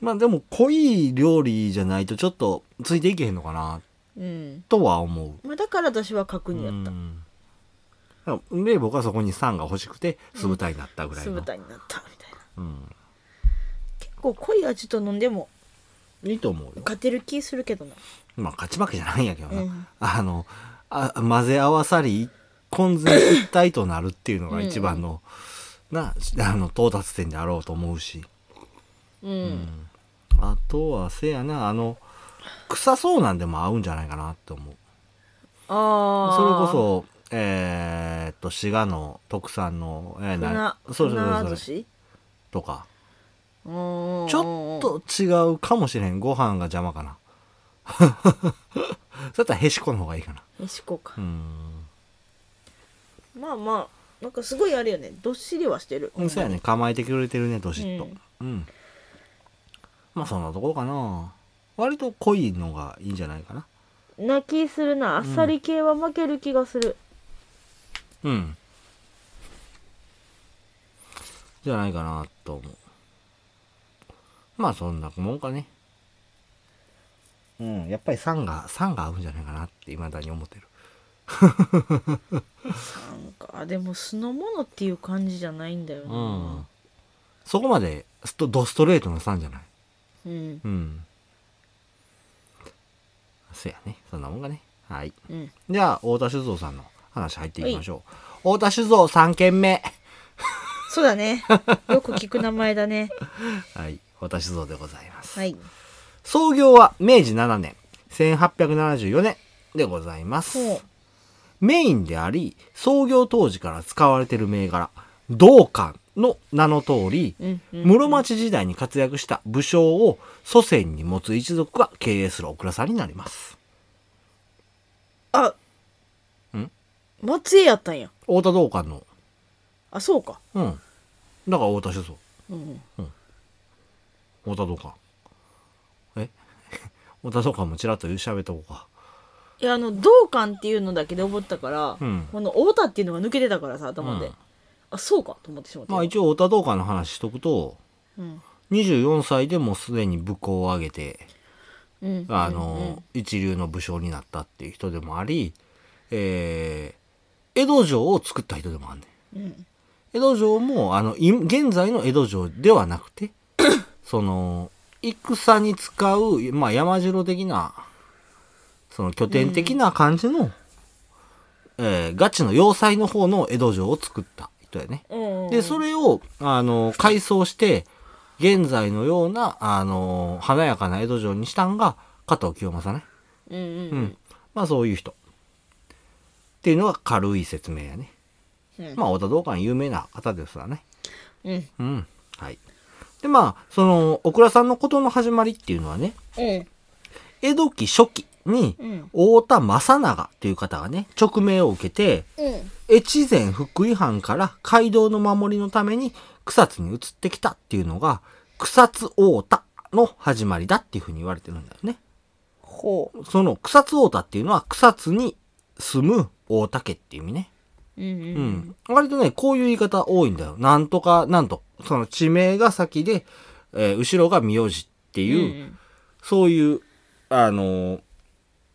[SPEAKER 1] まあでも、濃い料理じゃないとちょっとついていけへんのかな、
[SPEAKER 2] うん
[SPEAKER 1] とは思
[SPEAKER 2] まあ、だから私は角
[SPEAKER 1] う。
[SPEAKER 2] 煮だっ
[SPEAKER 1] ん。で、僕はそこに酸が欲しくて、酢豚になったぐ
[SPEAKER 2] た
[SPEAKER 1] らい
[SPEAKER 2] 酢
[SPEAKER 1] の。
[SPEAKER 2] 豚になったみたいな
[SPEAKER 1] うん。
[SPEAKER 2] 結構濃い味と飲んでも
[SPEAKER 1] いいと思うよ。
[SPEAKER 2] 勝てる気するけどな
[SPEAKER 1] まあ、勝ち負けじゃないんやけどな。
[SPEAKER 2] うん
[SPEAKER 1] あのあ、混ぜ合わさり、混然一体となるっていうのが一番の、な、あの、到達点であろうと思うし。
[SPEAKER 2] うん、
[SPEAKER 1] あとは、せやな、あの、臭そうなんでも合うんじゃないかなって思う。
[SPEAKER 2] ああ
[SPEAKER 1] それこそ、えーっと、滋賀の特産の、えー
[SPEAKER 2] 船
[SPEAKER 1] なそうそう
[SPEAKER 2] 船
[SPEAKER 1] そう
[SPEAKER 2] 寿
[SPEAKER 1] そう
[SPEAKER 2] 司
[SPEAKER 1] とか、
[SPEAKER 2] ちょ
[SPEAKER 1] ちょっと違うかもしれん。ご飯が邪魔かな。 そしたらへしこの方がいいかな。
[SPEAKER 2] 飯こうか
[SPEAKER 1] う、ん。
[SPEAKER 2] まあまあなんかすごいあれよねどっしりはしてる
[SPEAKER 1] うん、そうやね構えてくれてるねどしっとうん、まあそんなところかな割と濃いのがいいんじゃないかな
[SPEAKER 2] 泣きするなあっさり系は負ける気がする、
[SPEAKER 1] うんじゃないかなと思うまあそんなもんかねうんやっぱり酸が酸が合うんじゃないかなっていまだに思ってる
[SPEAKER 2] なんかでも酢の物っていう感じじゃないんだよ
[SPEAKER 1] う、
[SPEAKER 2] なん
[SPEAKER 1] そこまでストドストレートの酸じゃない
[SPEAKER 2] うん
[SPEAKER 1] うんそやねそんなもんかねはい
[SPEAKER 2] うん
[SPEAKER 1] じゃあ、太田酒造さんの話入っていきましょう。太田酒造3軒目。
[SPEAKER 2] そうだねよく聞く名前だね
[SPEAKER 1] はい、太田酒造でございます。
[SPEAKER 2] はい
[SPEAKER 1] 創業は明治7年、1874年でございます。
[SPEAKER 2] ほう
[SPEAKER 1] メインであり、創業当時から使われている銘柄、道館の名の通り、
[SPEAKER 2] うんうん
[SPEAKER 1] 室町時代に活躍した武将を祖先に持つ一族が経営するお蔵さんになります。
[SPEAKER 2] あ
[SPEAKER 1] ん
[SPEAKER 2] 松江やったんや
[SPEAKER 1] 太田道館の、
[SPEAKER 2] あそうか
[SPEAKER 1] うん。だから太田酒造。
[SPEAKER 2] うん
[SPEAKER 1] 太田道館。え 太田道館もちらっと喋っとこうか。
[SPEAKER 2] いやあの道館っていうのだけで思ったから、
[SPEAKER 1] うん
[SPEAKER 2] この太田っていうのが抜けてたからさ頭で、
[SPEAKER 1] うん
[SPEAKER 2] あそうかと思ってしまった
[SPEAKER 1] まあ一応太田道館の話しとくと、
[SPEAKER 2] うん
[SPEAKER 1] 24歳でもうすでに武功を挙げて、
[SPEAKER 2] うん
[SPEAKER 1] あの、一流の武将になったっていう人でもあり、えー、江戸城を作った人でもあんねん。
[SPEAKER 2] うん
[SPEAKER 1] 江戸城も、あの、い現在の江戸城ではなく て、その、戦に使う、まあ山城的な、その拠点的な感じの、えーガチの要塞の方の江戸城を作った人やね。
[SPEAKER 2] うんうん
[SPEAKER 1] で、それを、あの、改装して、現在のような、あの、華やかな江戸城にしたんが、加藤清正ね。
[SPEAKER 2] うんうんう
[SPEAKER 1] うんん。まあそういう人。っていうのが軽い説明やね。
[SPEAKER 2] うん
[SPEAKER 1] まあ、小田道館有名な方ですわね。
[SPEAKER 2] うん
[SPEAKER 1] うん。はい。で、まあ、その、小倉さんのことの始まりっていうのはね、
[SPEAKER 2] うん
[SPEAKER 1] 江戸期初期に
[SPEAKER 2] うん、
[SPEAKER 1] 太田正長という方がね、勅命を受けて、
[SPEAKER 2] うん
[SPEAKER 1] 越前福井藩から街道の守りのために草津に移ってきたっていうのが、草津太田の始まりだっていうふうに言われてるんだよね。
[SPEAKER 2] ほ
[SPEAKER 1] その草津太田っていうのは草津に住む大田家っていう意味ね。
[SPEAKER 2] ううんう
[SPEAKER 1] うんん。割とね、こういう言い方多いんだよ。なんとか、なんと。その地名が先で、えー後ろが名字っていう、
[SPEAKER 2] ん
[SPEAKER 1] そういう、あのー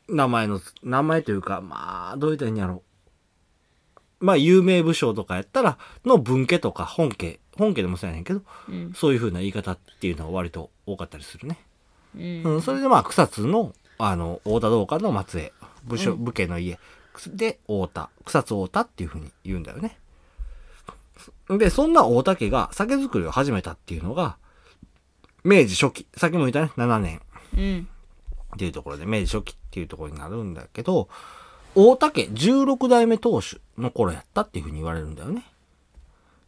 [SPEAKER 1] 名前の、名前というか、まあ、どう言ったらいいんやろう。まあ、有名武将とかやったら、の分家とか本家、本家でもそうやねんけど、
[SPEAKER 2] うん
[SPEAKER 1] そういう風な言い方っていうのは割と多かったりするね。
[SPEAKER 2] うん
[SPEAKER 1] うん、それでまあ、草津の、あの、太田道館の末裔、武将、武家の家で、太田、草津太田っていう風に言うんだよね。で、そんな太田家が酒造りを始めたっていうのが、明治初期、さっきも言ったね、7年
[SPEAKER 2] うん
[SPEAKER 1] っていうところで、明治初期っていうところになるんだけど、大田家16代目当主の頃やったっていうふうに言われるんだよね。っ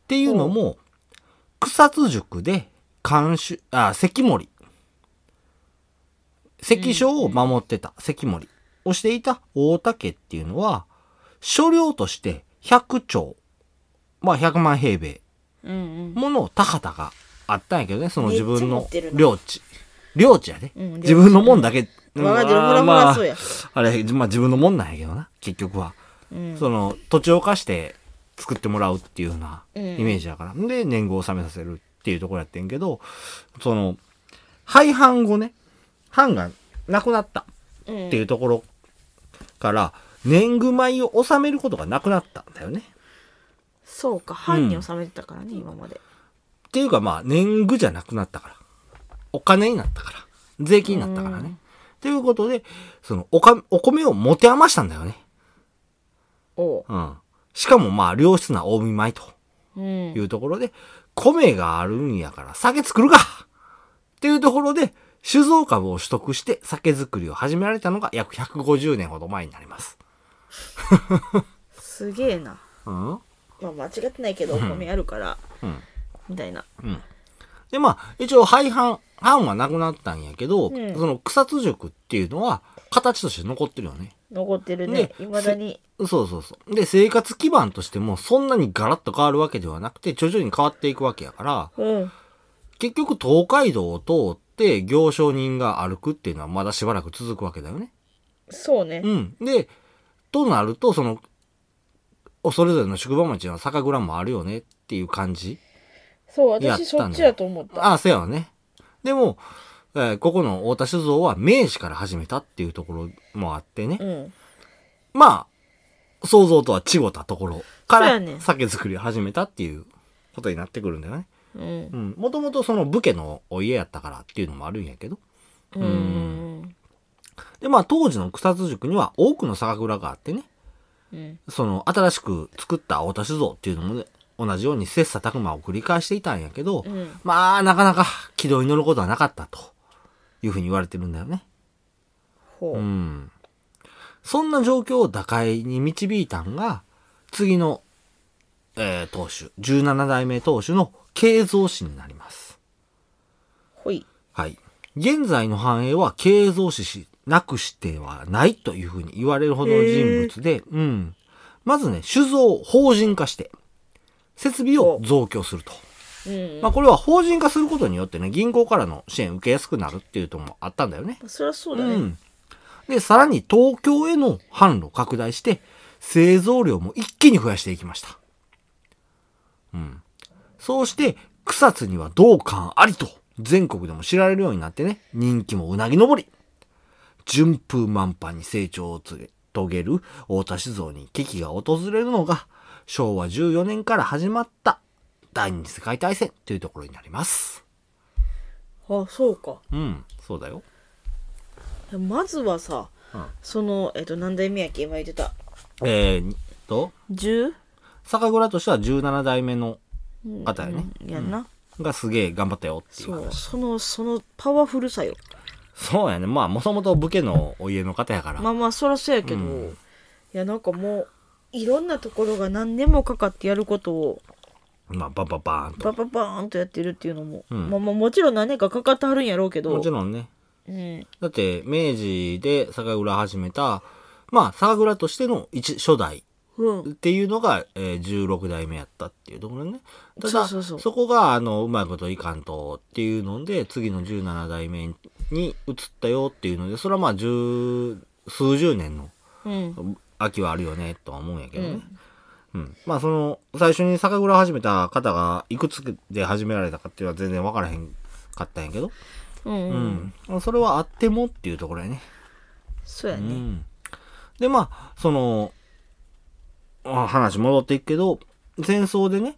[SPEAKER 1] ていうのも、草津塾で監修、あ、関森。関所を守ってた関森をしていた大田家っていうのは、所領として100兆、まあ100万平米
[SPEAKER 2] うんうん
[SPEAKER 1] ものを田畑があったんやけどね、その自分
[SPEAKER 2] めっちゃ持っ
[SPEAKER 1] の
[SPEAKER 2] てるな
[SPEAKER 1] 領地。領地やね。
[SPEAKER 2] うん領地
[SPEAKER 1] 自分のもんだけ。
[SPEAKER 2] わかって
[SPEAKER 1] う
[SPEAKER 2] る
[SPEAKER 1] ん
[SPEAKER 2] ほらほ
[SPEAKER 1] ま
[SPEAKER 2] ら
[SPEAKER 1] あ
[SPEAKER 2] そうや
[SPEAKER 1] あれ、まあ自分のもんなんやけどな、結局は。
[SPEAKER 2] うん
[SPEAKER 1] その、土地を貸して作ってもらうっていうような
[SPEAKER 2] う
[SPEAKER 1] イ
[SPEAKER 2] ん
[SPEAKER 1] メージだから。で、年貢を納めさせるっていうところやってんけど、その、廃藩後ね、藩がなくなった
[SPEAKER 2] うん
[SPEAKER 1] っていうところから、年貢米を納めることがなくなったんだよね。
[SPEAKER 2] そうか藩に収めてたからね今まで
[SPEAKER 1] っていうかまあ、年貢じゃなくなったから。お金になったから。税金になったからね。ということで、その、おか、お米を持て余したんだよね。
[SPEAKER 2] おう
[SPEAKER 1] うん。しかもまあ、良質な大見舞いと
[SPEAKER 2] うん
[SPEAKER 1] いうところで、米があるんやから酒作るかっていうところで、酒造株を取得して酒造りを始められたのが約150年ほど前になります。
[SPEAKER 2] すげえな
[SPEAKER 1] うん
[SPEAKER 2] まあ間違ってないけどお米あるから
[SPEAKER 1] うん
[SPEAKER 2] みたいな
[SPEAKER 1] で、まあ、一応、廃藩、藩はなくなったんやけど、
[SPEAKER 2] うん
[SPEAKER 1] その草津塾っていうのは、形として残ってるよね。
[SPEAKER 2] 残ってるね
[SPEAKER 1] ね
[SPEAKER 2] いまだに
[SPEAKER 1] そうそうそう。で、生活基盤としても、そんなにガラッと変わるわけではなくて、徐々に変わっていくわけやから、
[SPEAKER 2] うん
[SPEAKER 1] 結局、東海道を通って、行商人が歩くっていうのは、まだしばらく続くわけだよね。
[SPEAKER 2] そうね
[SPEAKER 1] うん。で、となると、その、おそれぞれの宿場町の酒蔵もあるよねっていう感じ。
[SPEAKER 2] そう
[SPEAKER 1] やった
[SPEAKER 2] 私
[SPEAKER 1] んだ
[SPEAKER 2] そっちだと思った
[SPEAKER 1] ああ、そうやわね。でも、えーここの太田酒造は明治から始めたっていうところもあってね。
[SPEAKER 2] うん
[SPEAKER 1] まあ、想像とは違ったところか
[SPEAKER 2] そうや
[SPEAKER 1] ら
[SPEAKER 2] ね
[SPEAKER 1] 酒造りを始めたっていうことになってくるんだよね。
[SPEAKER 2] うん
[SPEAKER 1] うん。もともとその武家のお家やったからっていうのもあるんやけど。
[SPEAKER 2] うんうん
[SPEAKER 1] で、まあ当時の草津塾には多くの酒蔵があってね。
[SPEAKER 2] うん
[SPEAKER 1] その新しく作った太田酒造っていうのもね、同じように切磋琢磨を繰り返していたんやけど、
[SPEAKER 2] うん
[SPEAKER 1] まあなかなか軌道に乗ることはなかったというふうに言われてるんだよね。
[SPEAKER 2] ほ
[SPEAKER 1] う。
[SPEAKER 2] うん
[SPEAKER 1] そんな状況を打開に導いたんが、次の、えー、当主、17代目当主の慶三氏になります。
[SPEAKER 2] ほい
[SPEAKER 1] はい。現在の繁栄は慶三氏しなくしてはないというふうに言われるほどの人物で、うん。まずね、酒造を法人化して、設備を増強すると。
[SPEAKER 2] うん
[SPEAKER 1] まあこれは法人化することによってね、銀行からの支援受けやすくなるっていうともあったんだよね。
[SPEAKER 2] そりゃそうだね
[SPEAKER 1] ん。で、さらに東京への販路を拡大して、製造量も一気に増やしていきました。うん。そうして、草津には同館ありと、全国でも知られるようになってね、人気もうなぎ登り。順風満帆に成長を遂げる大田酒造に危機が訪れるのが、昭和14年から始まった第二次世界大戦というところになります。
[SPEAKER 2] あそうか
[SPEAKER 1] うん、そうだよ。
[SPEAKER 2] まずはさ
[SPEAKER 1] うん
[SPEAKER 2] そのえっと何代目やっけ今言ってた
[SPEAKER 1] えー、と、
[SPEAKER 2] 10
[SPEAKER 1] 酒蔵としては17代目の方やね。
[SPEAKER 2] やんな
[SPEAKER 1] がすげえ頑張ったよっていう
[SPEAKER 2] そ
[SPEAKER 1] 話
[SPEAKER 2] うそのそのパワフルさよ
[SPEAKER 1] そうやね。まあ、もともと武家のお家の方やから。
[SPEAKER 2] まあまあそらそうやけど、
[SPEAKER 1] うん
[SPEAKER 2] いやなんかもういろんなところが何年もかかってやることを
[SPEAKER 1] まあ、バンバンバーンと。
[SPEAKER 2] バババーンとやってるっていうのも、
[SPEAKER 1] うん
[SPEAKER 2] まあまあもちろん何年かかかってはるんやろうけど
[SPEAKER 1] もちろんね。
[SPEAKER 2] うん、
[SPEAKER 1] だって、明治で酒蔵始めた、まあ、酒蔵としての一初代
[SPEAKER 2] うん
[SPEAKER 1] っ、ていうのが、えー16代目やったっていうところね。ただ、
[SPEAKER 2] そうそうそう
[SPEAKER 1] こが、あの、うまいこといかんとっていうので、次の17代目に移ったよっていうので、それはまあ、十、数十年の
[SPEAKER 2] うん、
[SPEAKER 1] 秋はあるよねとは思うんやけどね、うんまあその最初に酒蔵始めた方がいくつで始められたかっていうのは全然分からへんかったんやけど、
[SPEAKER 2] うん、
[SPEAKER 1] うんそれはあってもっていうところやね、
[SPEAKER 2] そうや
[SPEAKER 1] う
[SPEAKER 2] ね、
[SPEAKER 1] ん、でまあそのあ話戻っていくけど戦争でね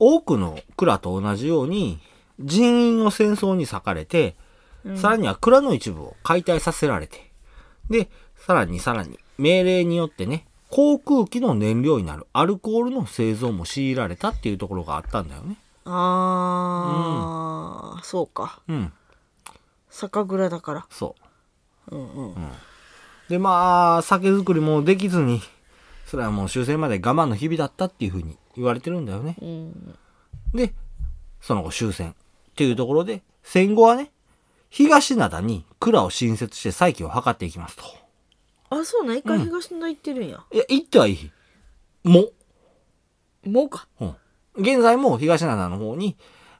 [SPEAKER 1] 多くの蔵と同じように人員の戦争に裂かれて、
[SPEAKER 2] うん
[SPEAKER 1] さらには蔵の一部を解体させられて、で、さらにさらに、命令によってね、航空機の燃料になるアルコールの製造も強いられたっていうところがあったんだよね。
[SPEAKER 2] あー、そうか
[SPEAKER 1] うん、
[SPEAKER 2] 酒蔵だから
[SPEAKER 1] そう。
[SPEAKER 2] うんうん
[SPEAKER 1] で、まあ、酒造りもできずに、それはもう終戦まで我慢の日々だったっていうふうに言われてるんだよね。
[SPEAKER 2] うん
[SPEAKER 1] で、その後終戦っていうところで、戦後はね、東灘に蔵を新設して再起を図っていきますと。
[SPEAKER 2] あそうなん一回東野行ってるんや、
[SPEAKER 1] いや、行ってはいい。もう。
[SPEAKER 2] もうか
[SPEAKER 1] うん現在も東灘の方に、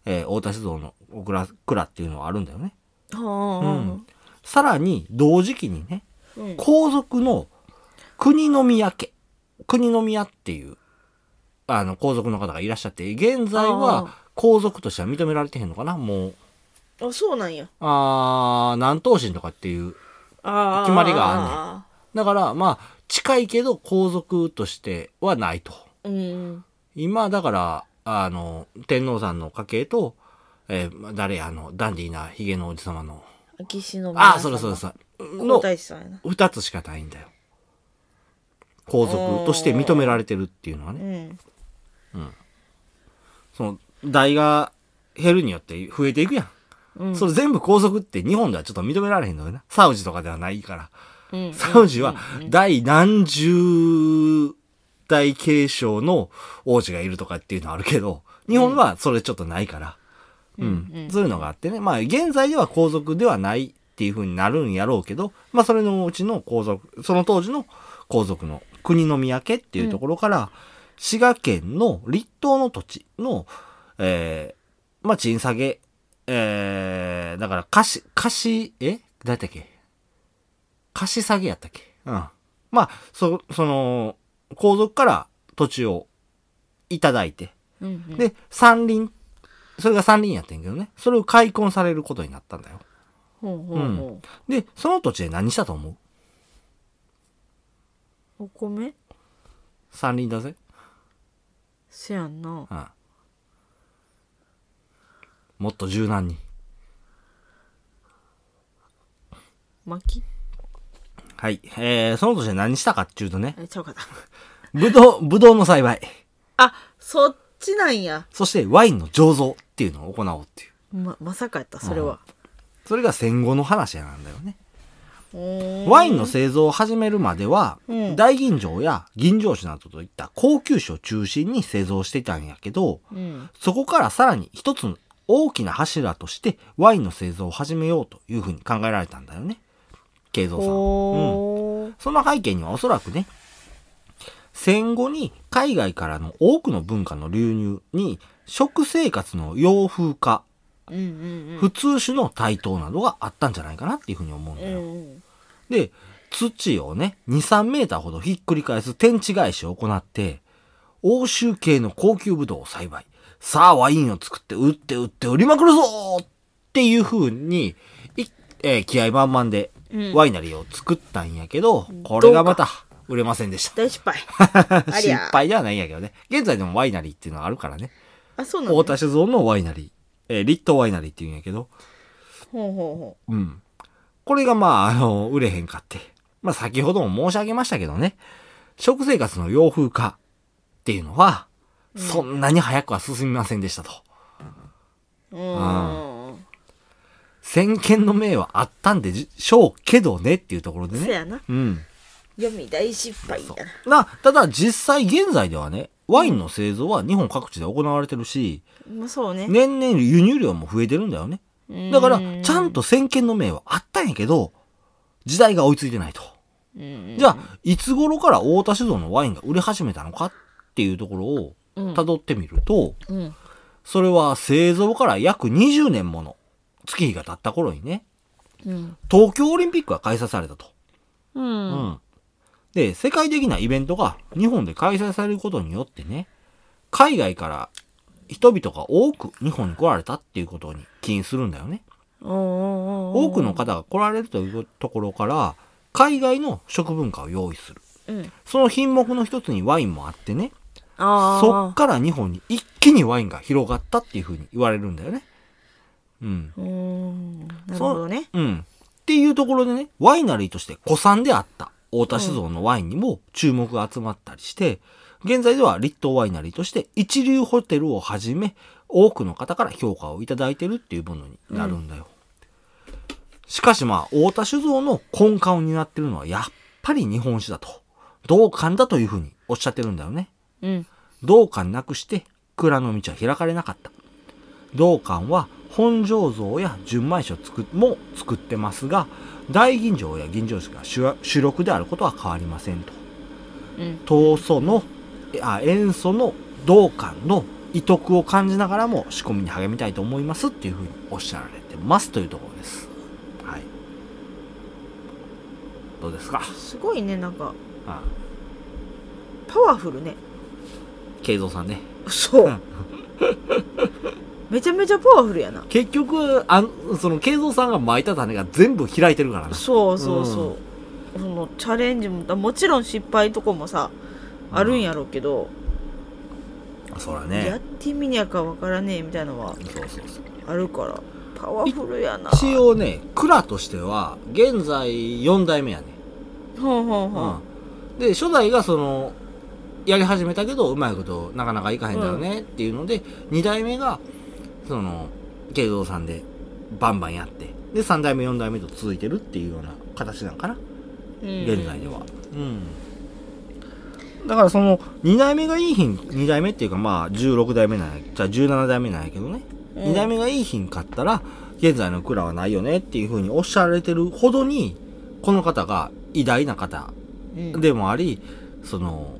[SPEAKER 1] えー太田酒造のお蔵蔵っていうのはあるんだよね。
[SPEAKER 2] はあ
[SPEAKER 1] さらに同時期にね、
[SPEAKER 2] うん、うん、
[SPEAKER 1] 皇族の国の宮家、国の宮っていう、あの、皇族の方がいらっしゃって、現在
[SPEAKER 2] あー
[SPEAKER 1] は皇族としては認められてへんのかなもう、
[SPEAKER 2] あそうなんや
[SPEAKER 1] あー、南東神とかっていう。
[SPEAKER 2] あー
[SPEAKER 1] 決まりがだから、まあ、近いけど皇族としてはないと。
[SPEAKER 2] あんねんうん
[SPEAKER 1] 今だからあの天皇さんの家系と、えーま誰やあのダンディーなヒゲのおじ様の
[SPEAKER 2] 秋篠宮
[SPEAKER 1] ああそうだそうだそうだ
[SPEAKER 2] 皇
[SPEAKER 1] の
[SPEAKER 2] 太子さんやな
[SPEAKER 1] 2つしかないんだよ皇族として認められてるっていうのは
[SPEAKER 2] う
[SPEAKER 1] ね
[SPEAKER 2] ん
[SPEAKER 1] その代が減るによって増えていくやん、
[SPEAKER 2] うん
[SPEAKER 1] それ全部皇族って日本ではちょっと認められへんのよなサウジとかではないから
[SPEAKER 2] うん
[SPEAKER 1] サウジは第何十代継承の王子がいるとかっていうのはあるけど、日本はそれちょっとないから。うん。そういうのがあってね。まあ、現在では皇族ではないっていう風になるんやろうけど、まあ、それのうちの皇族、その当時の皇族の国の宮家っていうところから、滋賀県の立東の土地の、えー、まあ、賃下げ、えー、だから、貸し、貸し、え誰やったっけ貸し下げやったっけうん。まあ、そ、その、皇族から土地をいただいて、
[SPEAKER 2] うんうん
[SPEAKER 1] で、山林、それが山林やってんけどね、それを開墾されることになったんだよ。
[SPEAKER 2] ほうほうほ
[SPEAKER 1] で、その土地で何したと思う
[SPEAKER 2] うお米
[SPEAKER 1] 山林だぜ。
[SPEAKER 2] せやんな
[SPEAKER 1] うん。もっと柔軟に。
[SPEAKER 2] 巻き
[SPEAKER 1] はい。えー、その土地で何したかっていうとね、
[SPEAKER 2] えちゃうかな
[SPEAKER 1] ぶどう、ぶどうの栽培、
[SPEAKER 2] あそっちなんや
[SPEAKER 1] そしてワインの醸造っていうのを行おうっていう。
[SPEAKER 2] ままさかやったそれは
[SPEAKER 1] それが戦後の話なんだよね。
[SPEAKER 2] ワ
[SPEAKER 1] ワインの製造を始めるまでは、
[SPEAKER 2] うん
[SPEAKER 1] 大吟醸や吟醸酒などといった高級酒を中心に製造していたんやけど、
[SPEAKER 2] うん
[SPEAKER 1] そこからさらに一つの大きな柱としてワインの製造を始めようというふうに考えられたんだよね。慶三さんは。うん。
[SPEAKER 2] おー
[SPEAKER 1] その背景にはおそらくね、戦後に海外からの多くの文化の流入に食生活の洋風化、
[SPEAKER 2] うんうん
[SPEAKER 1] 普通酒の台頭などがあったんじゃないかなっていうふうに思うん
[SPEAKER 2] う
[SPEAKER 1] だよ。
[SPEAKER 2] んうん
[SPEAKER 1] で、土をね、2、3メーターほどひっくり返す天地返しを行って、欧州系の高級ブドウを栽培。さあ、ワインを作って、売って、売って、売りまくるぞーっていう風に、いえー気合満々で
[SPEAKER 2] うん、
[SPEAKER 1] ワイナリーを作ったんやけど、これがまた、売れませんでした。
[SPEAKER 2] 大失敗あり
[SPEAKER 1] 失
[SPEAKER 2] ゃ
[SPEAKER 1] 敗ではないんやけどね。現在でもワイナリーっていうのはあるからね。
[SPEAKER 2] あそうなん
[SPEAKER 1] 大
[SPEAKER 2] だ
[SPEAKER 1] 田酒造のワイナリー。えー、立東ワイナリーっていうんやけど、
[SPEAKER 2] ほうほ
[SPEAKER 1] うん。これがまあ、あの、売れへんかって。まあ先ほども申し上げましたけどね、食生活の洋風化っていうのは、そんなに早くは進みませんでしたと。
[SPEAKER 2] ううん
[SPEAKER 1] 先見の明はあったんでじしょうけどねっていうところで
[SPEAKER 2] そ
[SPEAKER 1] ね。
[SPEAKER 2] やな
[SPEAKER 1] うん。
[SPEAKER 2] 読み大失敗やな
[SPEAKER 1] な、ただ実際現在ではね、ワインの製造は日本各地で行われてるし、
[SPEAKER 2] まあそうね
[SPEAKER 1] 年々輸入量も増えてるんだよね。
[SPEAKER 2] うん
[SPEAKER 1] だから、ちゃんと先見の明はあったんやけど、時代が追いついてないと。
[SPEAKER 2] うん
[SPEAKER 1] じゃあ、いつ頃から大田酒造のワインが売れ始めたのかっていうところを
[SPEAKER 2] うん
[SPEAKER 1] 辿ってみると、
[SPEAKER 2] うん
[SPEAKER 1] それは製造から約20年もの月日が経った頃にね、
[SPEAKER 2] うん
[SPEAKER 1] 東京オリンピックが開催されたと。
[SPEAKER 2] うん
[SPEAKER 1] う、ん。で、世界的なイベントが日本で開催されることによってね、海外から人々が多く日本に来られたっていうことに起因するんだよね。多
[SPEAKER 2] 多
[SPEAKER 1] くの方が来られるというところから、海外の食文化を用意する。
[SPEAKER 2] うん、
[SPEAKER 1] その品目の一つにワインもあってね、
[SPEAKER 2] あ
[SPEAKER 1] そっから日本に一気にワインが広がったっていうふうに言われるんだよね。うん。
[SPEAKER 2] うーんなるほどね
[SPEAKER 1] うん。っていうところでね、ワイナリーとして古参であった大田酒造のワインにも注目が集まったりして、現在では立東ワイナリーとして一流ホテルをはじめ、多くの方から評価をいただいてるっていうものになるんだよ。しかしまあ、大田酒造の根幹を担ってるのはやっぱり日本酒だと。同感だというふうにおっしゃってるんだよね。
[SPEAKER 2] うん
[SPEAKER 1] 道館なくして蔵の道は開かれなかった。道館は本醸造や純米酒を作っも作ってますが、大吟醸や吟醸酒が主役主力であることは変わりませんと。
[SPEAKER 2] うん
[SPEAKER 1] 糖素の、えあ、塩素の道館の威徳を感じながらも仕込みに励みたいと思いますっていうふうにおっしゃられてますというところです。はい。どうですか
[SPEAKER 2] すごいねなんか
[SPEAKER 1] あ
[SPEAKER 2] パワフルね
[SPEAKER 1] 慶三さんね。
[SPEAKER 2] そううん めちゃめちゃパワフルやな
[SPEAKER 1] 結局、あのその、慶三さんが巻いた種が全部開いてるからな。
[SPEAKER 2] そうそうそう、そのチャレンジももちろん失敗とこもさあるんやろうけど、
[SPEAKER 1] そら
[SPEAKER 2] やっ
[SPEAKER 1] ね。
[SPEAKER 2] てみにゃかわからねえみたいのは
[SPEAKER 1] そうそうそう。
[SPEAKER 2] あるからパワフルやな
[SPEAKER 1] 一応ね、蔵としては、現在4代目やね。
[SPEAKER 2] ほうほう
[SPEAKER 1] う
[SPEAKER 2] ほう、
[SPEAKER 1] ん。で、初代がその、やり始めたけど、うまいことなかなかいかへんだよねっていうので、2代目が、その、慶三さんで、バンバンやって、で、3代目、4代目と続いてるっていうような形なんかな。
[SPEAKER 2] うん
[SPEAKER 1] 現在では、だからその2代目がいい品2代目っていうかまあ16代目なんやじゃあ17代目なんやけどね、
[SPEAKER 2] うん
[SPEAKER 1] 2代目がいい品買ったら現在の蔵はないよねっていうふうにおっしゃられてるほどにこの方が偉大な方
[SPEAKER 2] うん
[SPEAKER 1] でもあり、その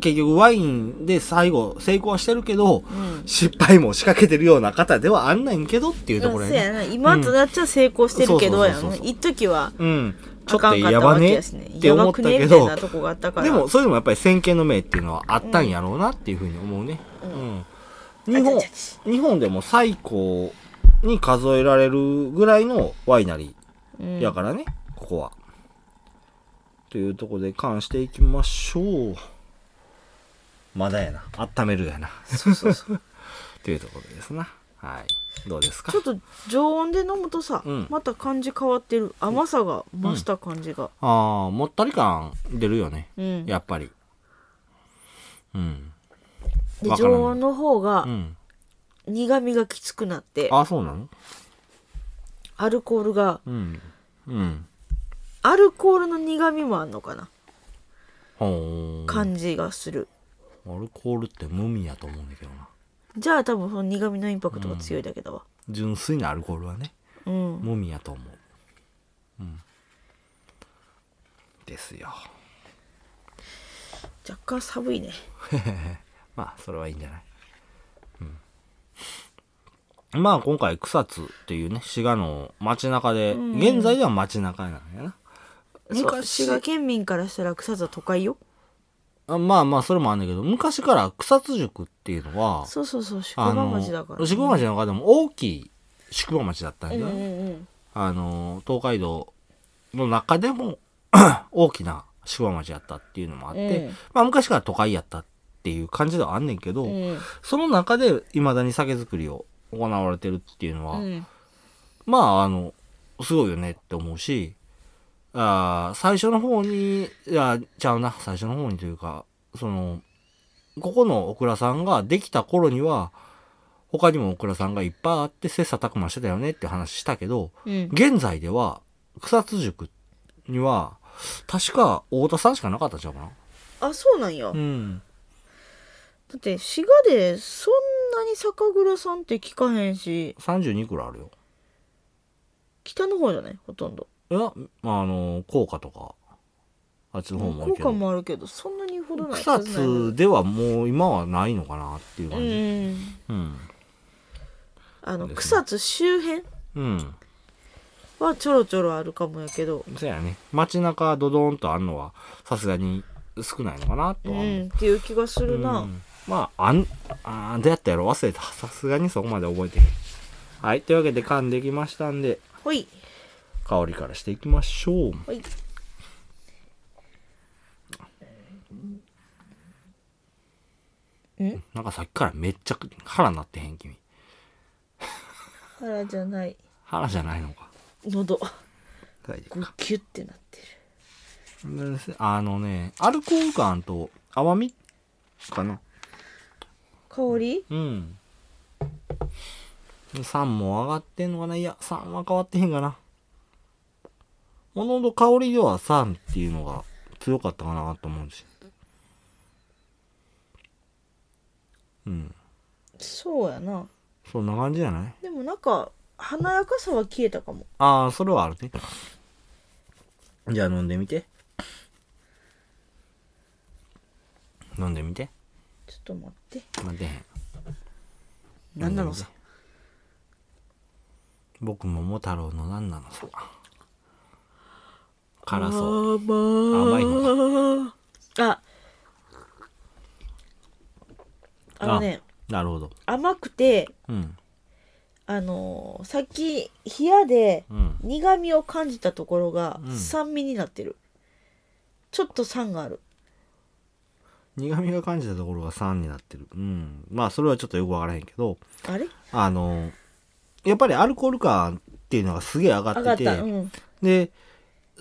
[SPEAKER 1] 結局ワインで最後成功はしてるけど
[SPEAKER 2] うん
[SPEAKER 1] 失敗も仕掛けてるような方ではあんないんけどっていうところや
[SPEAKER 2] うん
[SPEAKER 1] ね
[SPEAKER 2] そうやな今となっちゃ成功してるけどや
[SPEAKER 1] そうそうそう
[SPEAKER 2] な
[SPEAKER 1] そう
[SPEAKER 2] 一時は
[SPEAKER 1] うんちょっと
[SPEAKER 2] あかんかっ
[SPEAKER 1] や
[SPEAKER 2] た
[SPEAKER 1] ば
[SPEAKER 2] わけ
[SPEAKER 1] ねっ
[SPEAKER 2] やしね
[SPEAKER 1] て
[SPEAKER 2] や
[SPEAKER 1] 思
[SPEAKER 2] ば
[SPEAKER 1] っ
[SPEAKER 2] く
[SPEAKER 1] た
[SPEAKER 2] ね
[SPEAKER 1] け
[SPEAKER 2] みたい
[SPEAKER 1] ど
[SPEAKER 2] なとこがあったから
[SPEAKER 1] でも、それでもやっぱり先見の明っていうのはあったんやろうなっていうふうに思うね。う
[SPEAKER 2] あ
[SPEAKER 1] ん。日本
[SPEAKER 2] ちゃ、ちゃち
[SPEAKER 1] 日本でも最高に数えられるぐらいのワイナリ
[SPEAKER 2] ゃうん
[SPEAKER 1] ーやからね、ここは。というとこで関していきましょう。まだやな。温めるやな。
[SPEAKER 2] そうそうそう
[SPEAKER 1] というところですな。はい。どうですか
[SPEAKER 2] ちょっと常温で飲むとさ、
[SPEAKER 1] うん
[SPEAKER 2] また感じ変わってる甘さが増した感じが
[SPEAKER 1] ああ、もったり感出るよね。
[SPEAKER 2] うん、
[SPEAKER 1] やっぱり。うん。
[SPEAKER 2] で
[SPEAKER 1] わからん
[SPEAKER 2] 常温の方
[SPEAKER 1] う
[SPEAKER 2] が
[SPEAKER 1] ん。
[SPEAKER 2] 苦味がきつくなって、
[SPEAKER 1] ああ、そうなの
[SPEAKER 2] アルコールが
[SPEAKER 1] うん。うん。
[SPEAKER 2] アルコールの苦味もあんのかな
[SPEAKER 1] ほーん。
[SPEAKER 2] 感じがする、
[SPEAKER 1] アルコールって無味やと思うんだけどな。
[SPEAKER 2] じゃあ多分その苦味のインパクトが強いだけだわ
[SPEAKER 1] 純粋なアルコールはね、
[SPEAKER 2] うん、
[SPEAKER 1] 無味やと思う。うん。ですよ。
[SPEAKER 2] 若干寒いね
[SPEAKER 1] まあ、それはいいんじゃないうん。まあ、今回、草津っていうね、滋賀の街中で、現在では街中なんやな。
[SPEAKER 2] そう
[SPEAKER 1] 昔
[SPEAKER 2] 滋賀県民からしたら草津は都会よ
[SPEAKER 1] あまあまあ、それもあんだけど、昔から草津塾っていうのは、
[SPEAKER 2] そうそうそう宿
[SPEAKER 1] あ
[SPEAKER 2] 場
[SPEAKER 1] の、
[SPEAKER 2] 町だから、
[SPEAKER 1] 宿場町の中でも大きい宿場町だったんだ
[SPEAKER 2] う
[SPEAKER 1] よ
[SPEAKER 2] ん
[SPEAKER 1] ね。
[SPEAKER 2] うんうん
[SPEAKER 1] あの、東海道の中でも 大きな宿場町やったっていうのもあって、
[SPEAKER 2] うん
[SPEAKER 1] まあ昔から都会やったっていう感じではあんねんけど、
[SPEAKER 2] うん
[SPEAKER 1] その中で未だに酒造りを行われてるっていうのは、
[SPEAKER 2] うん
[SPEAKER 1] まああの、すごいよねって思うし、あー最初の方に、いや、ちゃうな、最初の方にというか、その、ここのオクラさんができた頃には、他にもオクラさんがいっぱいあって切磋琢磨してたよねっていう話したけど、
[SPEAKER 2] うん。
[SPEAKER 1] 現在では草津塾には確か太田さんしかなかったんちゃうかな。
[SPEAKER 2] あ、そうなんや。
[SPEAKER 1] う
[SPEAKER 2] だ
[SPEAKER 1] ん。
[SPEAKER 2] って、滋賀でそんなに酒蔵さんって聞かへんし、
[SPEAKER 1] 32くらいあるよ。
[SPEAKER 2] 北の方じゃないほとんど。
[SPEAKER 1] いや、まあ、あの、効果とか、あっちの方もある
[SPEAKER 2] 効
[SPEAKER 1] け
[SPEAKER 2] 果
[SPEAKER 1] ど。
[SPEAKER 2] もあるけど、そんなにほどない。
[SPEAKER 1] 草津ではもう今はないのかなっていう
[SPEAKER 2] う
[SPEAKER 1] 感じ。
[SPEAKER 2] ん。
[SPEAKER 1] うん。
[SPEAKER 2] あの、
[SPEAKER 1] ですね
[SPEAKER 2] 草津周辺
[SPEAKER 1] うん。
[SPEAKER 2] はちょろちょろあるかもやけど、
[SPEAKER 1] そうやね。街中ドドーンとあんのは、さすがに少ないのかなと
[SPEAKER 2] う
[SPEAKER 1] は思う。
[SPEAKER 2] ん、っていう気がするな。
[SPEAKER 1] うんまあ、あん、あーどうやったやろ忘れた。さすがにそこまで覚えてへん。はい。というわけで噛んできましたんで、
[SPEAKER 2] ほい。
[SPEAKER 1] 香りからしていきましょう。
[SPEAKER 2] ほい。ん
[SPEAKER 1] なんかさっきからめっちゃ腹なってへん、君。
[SPEAKER 2] 腹じゃない。
[SPEAKER 1] 腹じゃないのか。
[SPEAKER 2] 喉、
[SPEAKER 1] 大丈
[SPEAKER 2] こうキュッてなってる。
[SPEAKER 1] あのね、アルコール感と甘みかな。
[SPEAKER 2] 香り
[SPEAKER 1] うん。酸も上がってんのかないや、酸は変わってへんかな。もともと香りでは酸っていうのが強かったかなと思うし。うん。
[SPEAKER 2] そうやな。
[SPEAKER 1] そんな感じじゃない
[SPEAKER 2] でもなんか、華やかさは消えたかも。
[SPEAKER 1] ああ、それはあるね。じゃあ飲んでみて。飲んでみて。
[SPEAKER 2] ちょっと待って。
[SPEAKER 1] 待てへん。
[SPEAKER 2] なんなのさ。
[SPEAKER 1] 僕桃太郎の何なのさ辛そう
[SPEAKER 2] う。甘
[SPEAKER 1] 甘い
[SPEAKER 2] のあ。あのね、
[SPEAKER 1] なるほど
[SPEAKER 2] 甘くて、
[SPEAKER 1] うん
[SPEAKER 2] あのーさっき、冷やで
[SPEAKER 1] うん
[SPEAKER 2] 苦味を感じたところが
[SPEAKER 1] うん
[SPEAKER 2] 酸味になってる。ちょっと酸がある。
[SPEAKER 1] 苦味が感じたところが酸になってるうんまあそれはちょっとよくわからへんけど
[SPEAKER 2] あれ
[SPEAKER 1] あのやっぱりアルコール感っていうのがすげえ上
[SPEAKER 2] 上
[SPEAKER 1] が
[SPEAKER 2] が
[SPEAKER 1] っ
[SPEAKER 2] っ
[SPEAKER 1] て
[SPEAKER 2] てた。うん。
[SPEAKER 1] で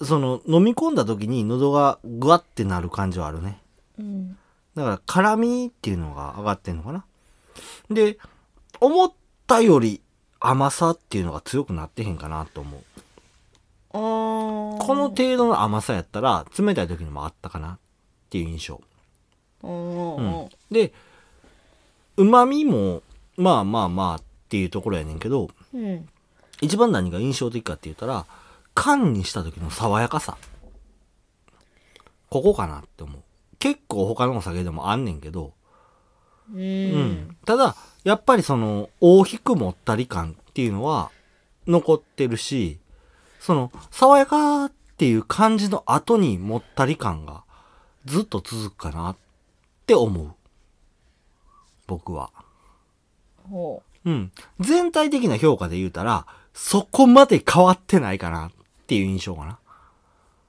[SPEAKER 1] その飲み込んだ時に喉がグワッてなる感じはあるね
[SPEAKER 2] うん。
[SPEAKER 1] だから辛みっていうのが上がってんのかな。で、思ったより甘さっていうのが強くなってへんかなと思う。
[SPEAKER 2] あー
[SPEAKER 1] この程度の甘さやったら冷たい時にもあったかなっていう印象。
[SPEAKER 2] う
[SPEAKER 1] う
[SPEAKER 2] んうんん。
[SPEAKER 1] で、旨味もまあまあまあっていうところやねんけど、
[SPEAKER 2] うん。
[SPEAKER 1] 一番何が印象的かって言ったら、缶にした時の爽やかさ。ここかなって思う。結構他のお酒でもあんねんけど、
[SPEAKER 2] う
[SPEAKER 1] うんん。ただやっぱりその大きくもったり感っていうのは残ってるしその爽やかっていう感じの後にもったり感がずっと続くかなって思う僕は
[SPEAKER 2] ほ
[SPEAKER 1] うん全体的な評価で言うたらそこまで変わってないかなっていう印象かな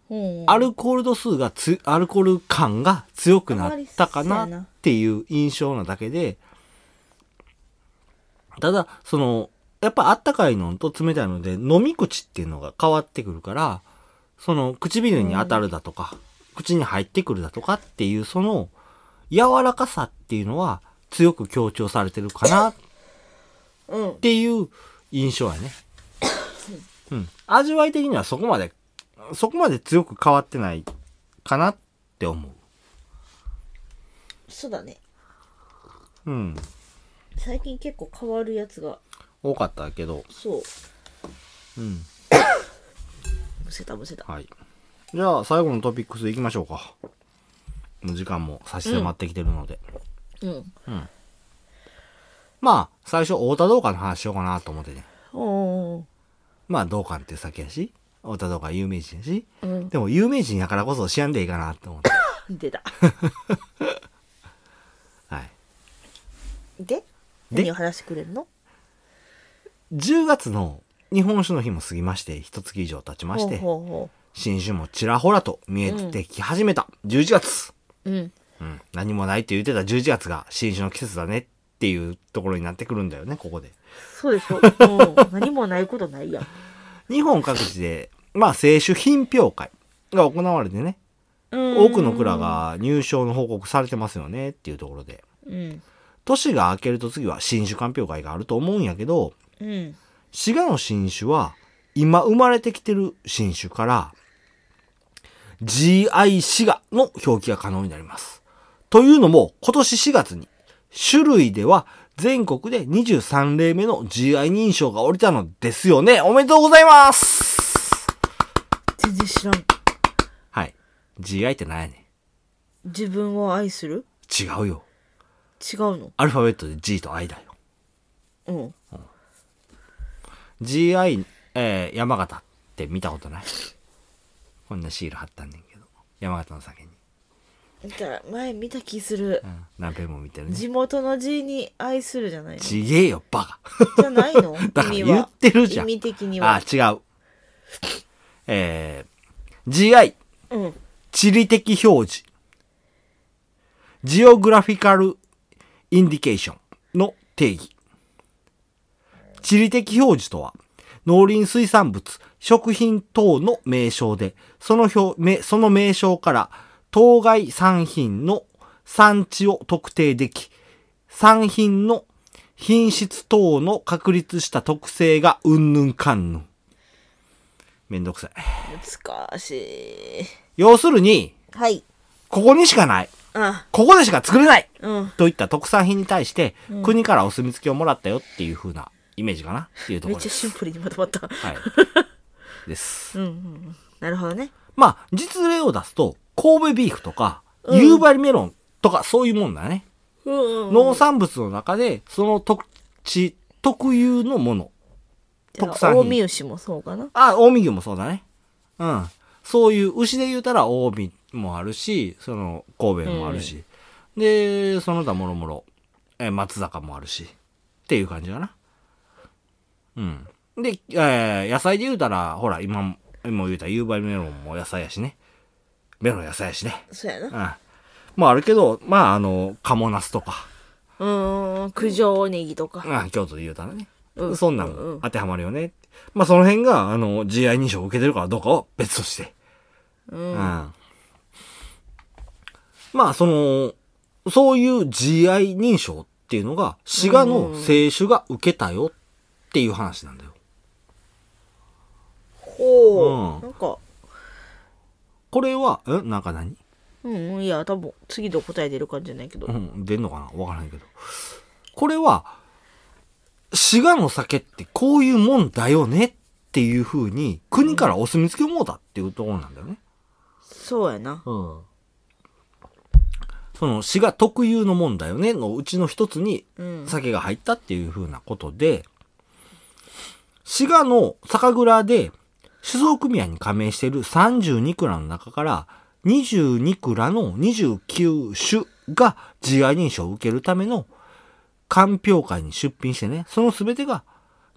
[SPEAKER 2] う。うん。
[SPEAKER 1] アルコール度数がつアルコール感が強くなったか
[SPEAKER 2] あまりそう
[SPEAKER 1] な
[SPEAKER 2] やな
[SPEAKER 1] っていう印象なだけでただそのやっぱあったかいのと冷たいので飲み口っていうのが変わってくるからその唇に当たるだとか、口に入ってくるだとかっていうその柔らかさっていうのは強く強調されてるかな
[SPEAKER 2] うん
[SPEAKER 1] っ。ていう印象やね。うん。味わい的にはそこまで、そこまで強く変わってないかなって思
[SPEAKER 2] そうだね。
[SPEAKER 1] う。うん。
[SPEAKER 2] 最近結構変わるやつが、
[SPEAKER 1] 多かったけど。
[SPEAKER 2] そ
[SPEAKER 1] う
[SPEAKER 2] う。
[SPEAKER 1] ん。
[SPEAKER 2] むせたむせた。
[SPEAKER 1] はい。じゃあ、最後のトピックス行きましょうか。もう時間も差し迫ってきてるので。
[SPEAKER 2] うん。
[SPEAKER 1] まあ、最初、太田道館の話しようかなと思ってね。
[SPEAKER 2] おー。
[SPEAKER 1] まあ、道館っていう酒やし、太田道館有名人やし、
[SPEAKER 2] うん。
[SPEAKER 1] でも有名人やからこそ知らんでいいかなって思って。
[SPEAKER 2] 出た。
[SPEAKER 1] はい。
[SPEAKER 2] で
[SPEAKER 1] で
[SPEAKER 2] 何を話してくれるの
[SPEAKER 1] 10月の日本酒の日も過ぎまして、一月以上経ちまして、
[SPEAKER 2] ほうほ
[SPEAKER 1] 新種もちらほらと見えてき始めた11月、
[SPEAKER 2] うほう。うん。
[SPEAKER 1] うん、何もないって言ってた11月が新種の季節だねっていうところになってくるんだよねここで
[SPEAKER 2] そう でしょ。うん。何もないことないやん。
[SPEAKER 1] 日本各地でまあ清酒品評会が行われてね
[SPEAKER 2] うん
[SPEAKER 1] 多くの蔵。が入賞の報告されてますよねっていうところで
[SPEAKER 2] うん。
[SPEAKER 1] 年が明けると次は新酒鑑評会があると思うんやけど、
[SPEAKER 2] うん
[SPEAKER 1] 滋賀の新種は、今生まれてきてる新種から、GI 滋賀の表記が可能になります。というのも、今年4月に、種類では全国で23例目の GI 認証が降りたのですよね。おめでとうございます
[SPEAKER 2] 全然知らん
[SPEAKER 1] はい。GI って何やね
[SPEAKER 2] 自分を愛する
[SPEAKER 1] ん。違うよ。
[SPEAKER 2] 違うの
[SPEAKER 1] アルファベットで G と I だよ。
[SPEAKER 2] うん
[SPEAKER 1] GI、えー山形って見たことないこんなシール貼ったんねんけど。山形の酒に。
[SPEAKER 2] 見た前見た気する
[SPEAKER 1] うん。何遍も見てるね。
[SPEAKER 2] 地元の字に愛するじゃないの
[SPEAKER 1] ちげえよ、バカ。
[SPEAKER 2] じゃないの
[SPEAKER 1] だから
[SPEAKER 2] 意味
[SPEAKER 1] 言
[SPEAKER 2] は
[SPEAKER 1] ってるじゃん。
[SPEAKER 2] 意味的に
[SPEAKER 1] あ
[SPEAKER 2] は
[SPEAKER 1] 違う。えー、GI、
[SPEAKER 2] うん
[SPEAKER 1] 地理的表示。ジオグラフィカルインディケーションの定義。地理的表示とは、農林水産物、食品等の名称で、その表、めその名称から、当該産品の産地を特定でき、産品の品質等の確立した特性がうんぬんかんぬん。めんどくさい。
[SPEAKER 2] 難しい
[SPEAKER 1] 要するに、
[SPEAKER 2] はい
[SPEAKER 1] ここにしかない。
[SPEAKER 2] あ
[SPEAKER 1] ここでしか作れない
[SPEAKER 2] うん
[SPEAKER 1] といった特産品に対して、国からお墨付きをもらったよっていう風なイメージかなっていうとこ
[SPEAKER 2] めっ
[SPEAKER 1] ろ
[SPEAKER 2] ち
[SPEAKER 1] で
[SPEAKER 2] ゃシ
[SPEAKER 1] す。
[SPEAKER 2] ンプルにまとまった
[SPEAKER 1] はい。です。
[SPEAKER 2] うんうんうんなるほどね
[SPEAKER 1] まあ、実例を出すと、神戸ビーフとか、
[SPEAKER 2] うん
[SPEAKER 1] 夕張メロンとかそういうもんだね。
[SPEAKER 2] うんうんうん
[SPEAKER 1] 農産物の中で、その特地、特有のもの。
[SPEAKER 2] じゃあ
[SPEAKER 1] 特産品
[SPEAKER 2] 近江牛もそうかな
[SPEAKER 1] あ、近江牛もそうだね。うん。そういう、牛で言うたら近江もあるし、その、神戸もあるし。で、その他もろもろ、えー松坂もあるし。っていう感じかな。うん。で、えー野菜で言うたら、ほら、今も、今言うたら夕張メロンも野菜やしね。メロン野菜やしね。
[SPEAKER 2] そうや
[SPEAKER 1] う。
[SPEAKER 2] なん
[SPEAKER 1] もあるけど、まあ、あの、カモナスとか、
[SPEAKER 2] うーん九条ネギとか
[SPEAKER 1] うん、京都で言うたらね。
[SPEAKER 2] うん
[SPEAKER 1] そんな
[SPEAKER 2] うんうん
[SPEAKER 1] ん当てはまるよね。まあ、その辺が、あの、GI 認証を受けてるかどうかは別として。
[SPEAKER 2] うん
[SPEAKER 1] うんまあ、その、そういう GI 認証っていうのが、滋賀の清酒が受けたよっていう話なんだよ。
[SPEAKER 2] ほ
[SPEAKER 1] うん
[SPEAKER 2] うなんか
[SPEAKER 1] これは、んなんか何
[SPEAKER 2] うんうんいや多分次どう答え出るかじゃないけど
[SPEAKER 1] うん、出んのかなわからないけど。これは、滋賀の酒ってこういうもんだよねっていう風に、国からお墨付きをもうたっていうところなんだよね。
[SPEAKER 2] そうやな
[SPEAKER 1] うん。その、滋賀特有のもんだよねのうちの一つに
[SPEAKER 2] うん
[SPEAKER 1] 酒が入ったっていう風なことで、滋賀の酒蔵で酒造組合に加盟している32蔵の中から22蔵の29種が GI 認証を受けるための鑑評会に出品してね、その全てが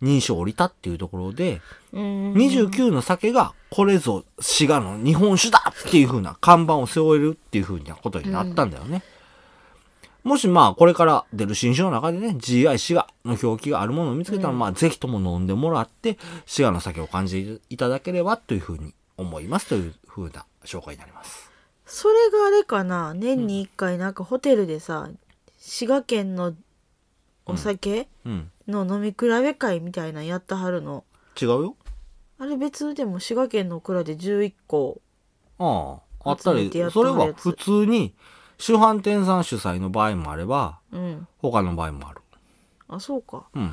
[SPEAKER 1] 認証を降りたっていうところで、
[SPEAKER 2] うん
[SPEAKER 1] 29の酒がこれぞ滋賀の日本酒だっていう風な看板を背負えるっていう風なことになったんだよね。もしまあこれから出る新酒の中でね、GI 滋賀の表記があるものを見つけたら、まあぜひとも飲んでもらって、滋賀の酒を感じていただければという風に思いますという風な紹介になります。
[SPEAKER 2] それがあれかな年に一回なんかホテルでさ滋賀県のお酒
[SPEAKER 1] うん。
[SPEAKER 2] の飲み比べ会みたいなのやったはるの
[SPEAKER 1] 違うよ
[SPEAKER 2] あれ別でも滋賀県の蔵で11個
[SPEAKER 1] ああ。あった
[SPEAKER 2] 集め
[SPEAKER 1] り
[SPEAKER 2] てやっ、と
[SPEAKER 1] そ
[SPEAKER 2] る
[SPEAKER 1] れ
[SPEAKER 2] やつ
[SPEAKER 1] は普通に、主販店さん主催の場合もあれば、
[SPEAKER 2] うん
[SPEAKER 1] 他の場合もある。
[SPEAKER 2] あそうか
[SPEAKER 1] うん。
[SPEAKER 2] い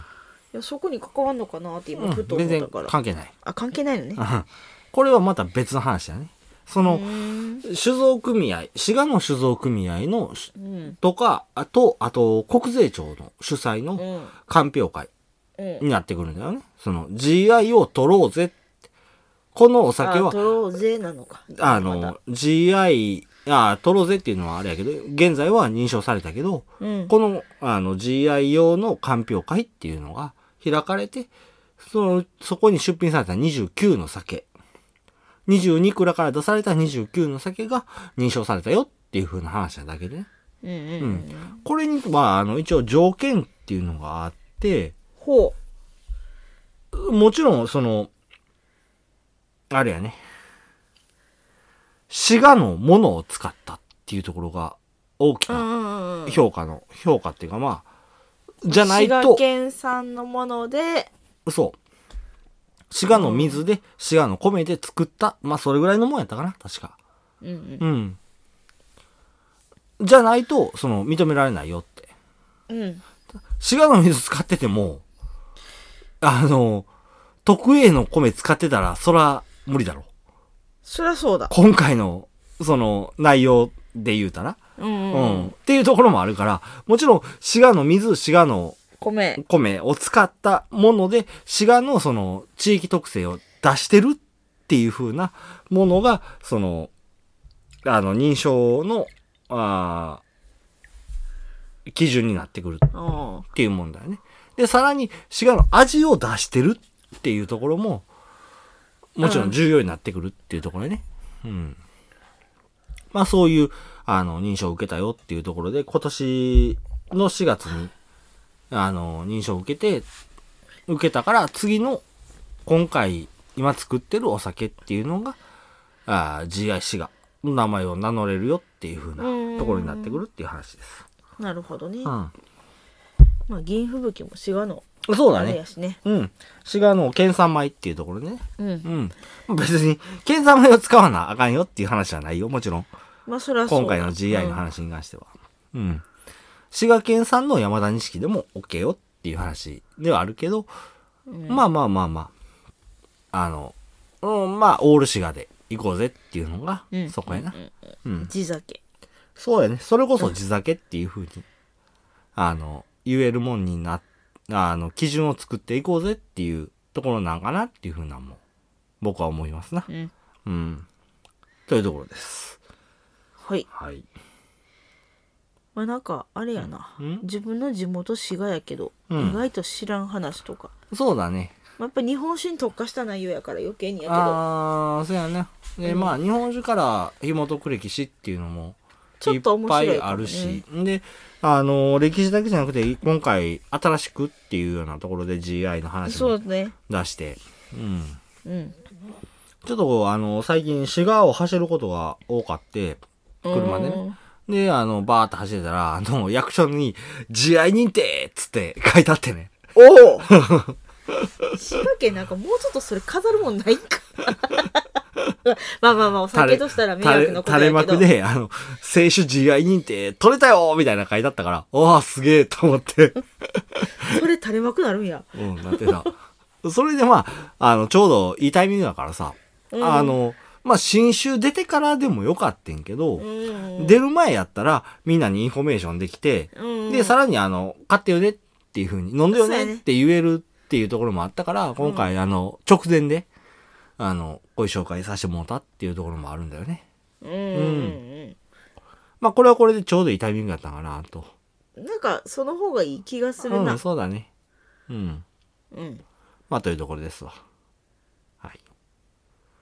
[SPEAKER 2] やそこに関わんのかなって
[SPEAKER 1] う
[SPEAKER 2] 今ふ
[SPEAKER 1] ん、
[SPEAKER 2] と思
[SPEAKER 1] 全
[SPEAKER 2] った
[SPEAKER 1] 然
[SPEAKER 2] から、
[SPEAKER 1] 関係ない。
[SPEAKER 2] あ関係ないのね
[SPEAKER 1] うんこれはまた別の話だね。そうの、
[SPEAKER 2] ーん
[SPEAKER 1] 酒造組合、滋賀の酒造組合のし、
[SPEAKER 2] うん
[SPEAKER 1] とか、あと、あと、国税庁の主催
[SPEAKER 2] う
[SPEAKER 1] の
[SPEAKER 2] ん
[SPEAKER 1] 鑑評会
[SPEAKER 2] うん
[SPEAKER 1] になってくるんだよね。その、GI を取ろうぜ。このお酒
[SPEAKER 2] あ
[SPEAKER 1] は
[SPEAKER 2] 取、ろうぜなのか
[SPEAKER 1] あ
[SPEAKER 2] まだ
[SPEAKER 1] の、GI、あ取ろうぜっていうのはあれやけど、現在は認証されたけど、
[SPEAKER 2] うん
[SPEAKER 1] この、あの、GI 用の鑑評会っていうのが開かれて、その、そこに出品された29の酒、22蔵から出された29の酒が認証されたよっていう風な話なだけでね。
[SPEAKER 2] うんうんう
[SPEAKER 1] うんん。これに、まあ、あの、一応条件っていうのがあって、
[SPEAKER 2] ほ
[SPEAKER 1] もちろん、その、あれやね、滋賀のものを使ったっていうところが大き
[SPEAKER 2] うん
[SPEAKER 1] な
[SPEAKER 2] うんうん
[SPEAKER 1] 評価の、評価っていうかまあ、じゃない
[SPEAKER 2] 滋賀
[SPEAKER 1] と、
[SPEAKER 2] 県産のもので
[SPEAKER 1] そう。滋賀の水で、滋賀の米で作った、まあそれぐらいのもんやったかな、確か。
[SPEAKER 2] うんうん
[SPEAKER 1] うん。じゃないと、その、認められないよって。
[SPEAKER 2] うん
[SPEAKER 1] 滋賀の水使ってても、あの、特 A の米使ってたら、そら、無理だろ。
[SPEAKER 2] そりゃそうだ
[SPEAKER 1] 今回の、その、内容で言うたら。
[SPEAKER 2] うん
[SPEAKER 1] う、
[SPEAKER 2] うんん
[SPEAKER 1] っていうところもあるから、もちろん、滋賀の水、滋賀の
[SPEAKER 2] 米
[SPEAKER 1] 米を使ったもので、滋賀のその、地域特性を出してるっていう風なものが、その、あの、認証の、あー基準になってくるっ
[SPEAKER 2] うん
[SPEAKER 1] ていうもんだよね。で、さらに、滋賀の味を出してるっていうところも、もちろん重要になってくるっていうところね。うん。まあそういう、あの、認証を受けたよっていうところで、今年の4月に、あの、認証を受けて、受けたから、次の、今回、今作ってるお酒っていうのが、あー GI 滋賀の名前を名乗れるよっていう風なところになってくるっていう話です。
[SPEAKER 2] なるほどね、
[SPEAKER 1] うん。
[SPEAKER 2] まあ銀吹雪も滋賀の
[SPEAKER 1] そう
[SPEAKER 2] あ
[SPEAKER 1] だ
[SPEAKER 2] れ
[SPEAKER 1] ね
[SPEAKER 2] や。しね
[SPEAKER 1] うん。滋賀の県産米っていうところね。
[SPEAKER 2] うん
[SPEAKER 1] うん。別に、県産米を使わなあかんよっていう話はないよ。もちろん。
[SPEAKER 2] まあそりゃそう
[SPEAKER 1] 今回の GI の
[SPEAKER 2] 話
[SPEAKER 1] 話に関しては。うん。滋賀県産の山田錦でも OK よっていう話ではあるけど、まあまあまあまあ。あの、うん、まあ、オール滋賀で行こうぜっていうのが、
[SPEAKER 2] うん
[SPEAKER 1] そこやな。うん。
[SPEAKER 2] 地酒
[SPEAKER 1] そうやね。それこそ地酒っていうふうに、あの、言えるもんにな、あの、基準を作っていこうぜっていうところなんかなっていうふうなもん、僕は思いますな
[SPEAKER 2] う。ん
[SPEAKER 1] うん。というところです。
[SPEAKER 2] はい
[SPEAKER 1] はい。
[SPEAKER 2] まあなんかあれやな
[SPEAKER 1] うん
[SPEAKER 2] 自分の地元滋賀やけど、
[SPEAKER 1] うん
[SPEAKER 2] 意外と知らん話とか、
[SPEAKER 1] そうだね。
[SPEAKER 2] まあ、やっぱ日本酒に特化した内容やから余計にやけど
[SPEAKER 1] あー、そうやね。で、まあ、日本中から紐解く歴史っていうのも、
[SPEAKER 2] ちょっと面白いかもね
[SPEAKER 1] っぱいあるし。で、あの、歴史だけじゃなくて、今回、新しくっていうようなところで GI の話
[SPEAKER 2] そう
[SPEAKER 1] も
[SPEAKER 2] ね
[SPEAKER 1] 出して、うん。
[SPEAKER 2] うん
[SPEAKER 1] ちょっと、あの、最近、滋賀を走ることが多かって、車でね。で、あの、バーって走ってたら、あの、役所に、慈愛認定っつって書いてあってね。
[SPEAKER 2] おお滋賀県なんかもうちょっとそれ飾るもんない んかまあまあまあお酒としたら迷惑のことや
[SPEAKER 1] 垂れ
[SPEAKER 2] け
[SPEAKER 1] 垂れ
[SPEAKER 2] ど
[SPEAKER 1] 幕で、あの、選手慈愛認定取れたよみたいな書いてあったから、おーすげえと思 って、
[SPEAKER 2] それ垂れ幕なるんや
[SPEAKER 1] うん、なってた。それでまあ、あの、ちょうどいいタイミングだからさ、
[SPEAKER 2] うん
[SPEAKER 1] あの、まあ、新州出てからでもよかってんけど、
[SPEAKER 2] うん
[SPEAKER 1] 出る前やったら、みんなにインフォメーションできて、
[SPEAKER 2] うん
[SPEAKER 1] で、さらにあの、買ってよねっていうふうに、飲んでよ
[SPEAKER 2] そうや
[SPEAKER 1] ねっ
[SPEAKER 2] ね
[SPEAKER 1] て言えるっていうところもあったから、今回あの、直前で、あの、こういう紹介させてもらったっていうところもあるんだよね。
[SPEAKER 2] うんうん
[SPEAKER 1] まあ、これはこれでちょうどいいタイミングだったかなと。
[SPEAKER 2] うんなんかその方がいい気がする
[SPEAKER 1] う、
[SPEAKER 2] なん
[SPEAKER 1] そうだね。うん。
[SPEAKER 2] うん
[SPEAKER 1] まあ、というところですわ。はい。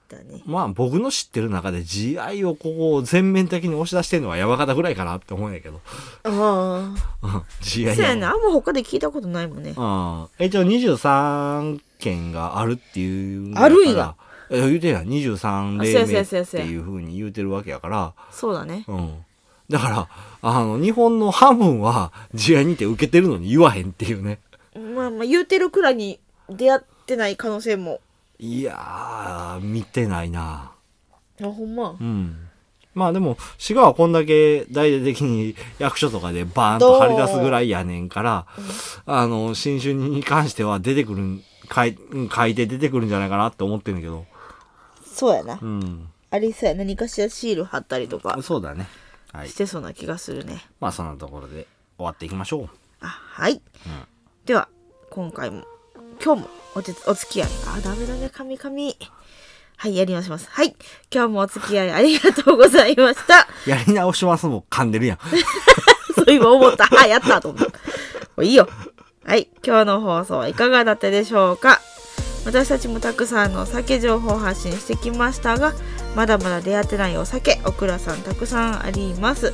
[SPEAKER 2] だね
[SPEAKER 1] まあ、僕の知ってる中で GI をここを全面的に押し出してるのは山形ぐらいかなって思うんやけど。
[SPEAKER 2] ああ
[SPEAKER 1] うん GI
[SPEAKER 2] そうやねあんま他で聞いたことないもんね
[SPEAKER 1] ああ、一応23件があるっていう。
[SPEAKER 2] あるんや。
[SPEAKER 1] え言うてんやん、23
[SPEAKER 2] あそう
[SPEAKER 1] 例
[SPEAKER 2] やそう
[SPEAKER 1] 目
[SPEAKER 2] や
[SPEAKER 1] っ
[SPEAKER 2] そうやそう
[SPEAKER 1] て
[SPEAKER 2] や
[SPEAKER 1] いうふうに言うてるわけやから、
[SPEAKER 2] そうだね
[SPEAKER 1] うん。だから、あの、日本の半分は、試合にて受けてるのに言わへんっていうね。
[SPEAKER 2] まあまあ言うてるくらいに出会ってない可能性も
[SPEAKER 1] いやー、見てないな。
[SPEAKER 2] あほんま
[SPEAKER 1] うん。まあでも、滋賀はこんだけ大々的に役所とかでバーンと張り出すぐらいやねんから、あの、新春に関しては出てくるん、書い、書いて出てくるんじゃないかなって思ってるんだけど。
[SPEAKER 2] そうやな
[SPEAKER 1] うん。
[SPEAKER 2] ありそうや何かしらシール貼ったりとか
[SPEAKER 1] そうだね。はい
[SPEAKER 2] し。てそうな気がするね
[SPEAKER 1] まあそんなところで終わっていきましょう。
[SPEAKER 2] あはい、では今回も今日もおてお付き合いあダメだねカミカミはいやり直しますはい今日もお付き合いありがとうございました
[SPEAKER 1] やり直しますもん噛んでるやん。
[SPEAKER 2] そう今思ったあやったと思ったもういいよはい今日の放送はいかがだったでしょうか私たちもたくさんのお酒情報を発信してきましたがまだまだ出会ってないお酒オクラさんたくさんあります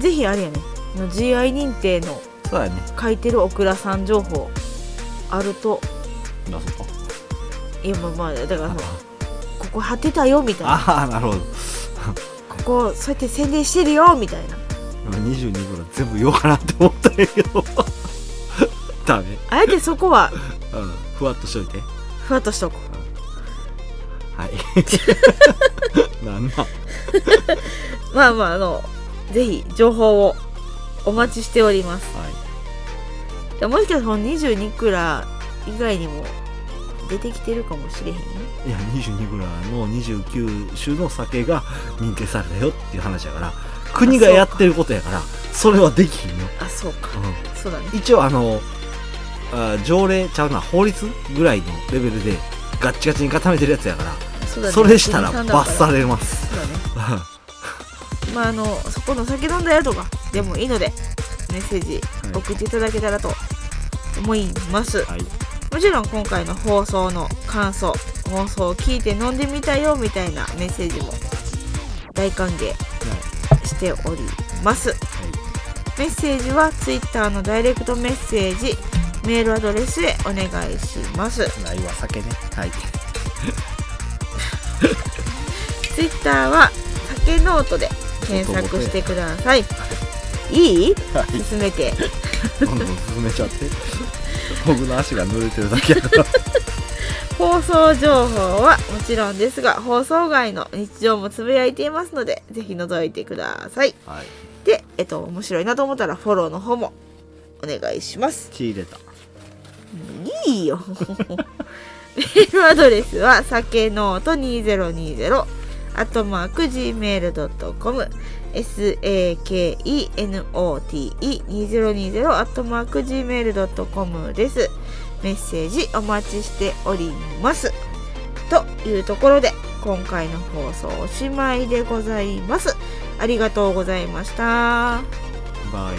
[SPEAKER 2] ぜひあれやねあの GI 認定の
[SPEAKER 1] そうだね。
[SPEAKER 2] 書いてるオクラさん情報あると
[SPEAKER 1] あそこ。
[SPEAKER 2] いやまあまあだからそのここ貼ってたよみたいな
[SPEAKER 1] ああ、なるほど。
[SPEAKER 2] ここそうやって宣伝してるよみたいな
[SPEAKER 1] 今22分は全部言おうかなって思ったんやけ どダメ、
[SPEAKER 2] あえてそこは
[SPEAKER 1] うん、ふわっとしといて
[SPEAKER 2] ふわっとしとこ
[SPEAKER 1] はい なんなん
[SPEAKER 2] うまあまああのぜひ情報をお待ちしております
[SPEAKER 1] はい
[SPEAKER 2] でもしかしたらこの22クラ以外にも出てきてるかもしれへんよ
[SPEAKER 1] いや22グラの29種の酒が認定されたよっていう話やから国がやってることやからそれはできひんよ、
[SPEAKER 2] あそうか
[SPEAKER 1] う
[SPEAKER 2] そうだね
[SPEAKER 1] ん、一応あのあ条例ちゃうな法律ぐらいのレベルでガッチガチに固めてるやつやから
[SPEAKER 2] そ
[SPEAKER 1] そ,、
[SPEAKER 2] うだね
[SPEAKER 1] れしたら
[SPEAKER 2] 国産だ
[SPEAKER 1] 罰
[SPEAKER 2] から
[SPEAKER 1] されます
[SPEAKER 2] そうだ ね
[SPEAKER 1] は
[SPEAKER 2] まああのそこの酒飲んだよとかでもいいのでメッセージ
[SPEAKER 1] い
[SPEAKER 2] 送っていただけたらと思います、
[SPEAKER 1] はい
[SPEAKER 2] もちろん今回の放送の感想放送を聞いて飲んでみたよみたいなメッセージも大歓迎しておりますメッセージは Twitter のダイレクトメッセージメールアドレスへお願いします
[SPEAKER 1] ないは酒ねはい
[SPEAKER 2] Twitter は酒ノートで検索してくださいいい進めて
[SPEAKER 1] どんどん進めちゃって僕の足が濡れてるだけやから
[SPEAKER 2] 放送情報はもちろんですが放送外の日常もつぶやいていますのでぜひ覗いてください
[SPEAKER 1] はい
[SPEAKER 2] でえっと面白いなと思ったらフォローの方もお願いします
[SPEAKER 1] 血入れた
[SPEAKER 2] いいよメールアドレスはさけのうと2020アットマーク gmail.com sakenote2020 アットマーク gmail.com ですメッセージお待ちしておりますというところで今回の放送おしまいでございますありがとうございました
[SPEAKER 1] バイ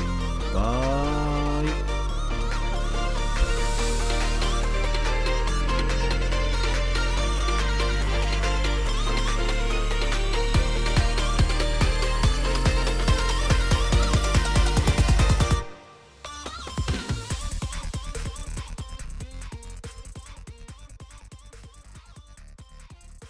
[SPEAKER 1] バイ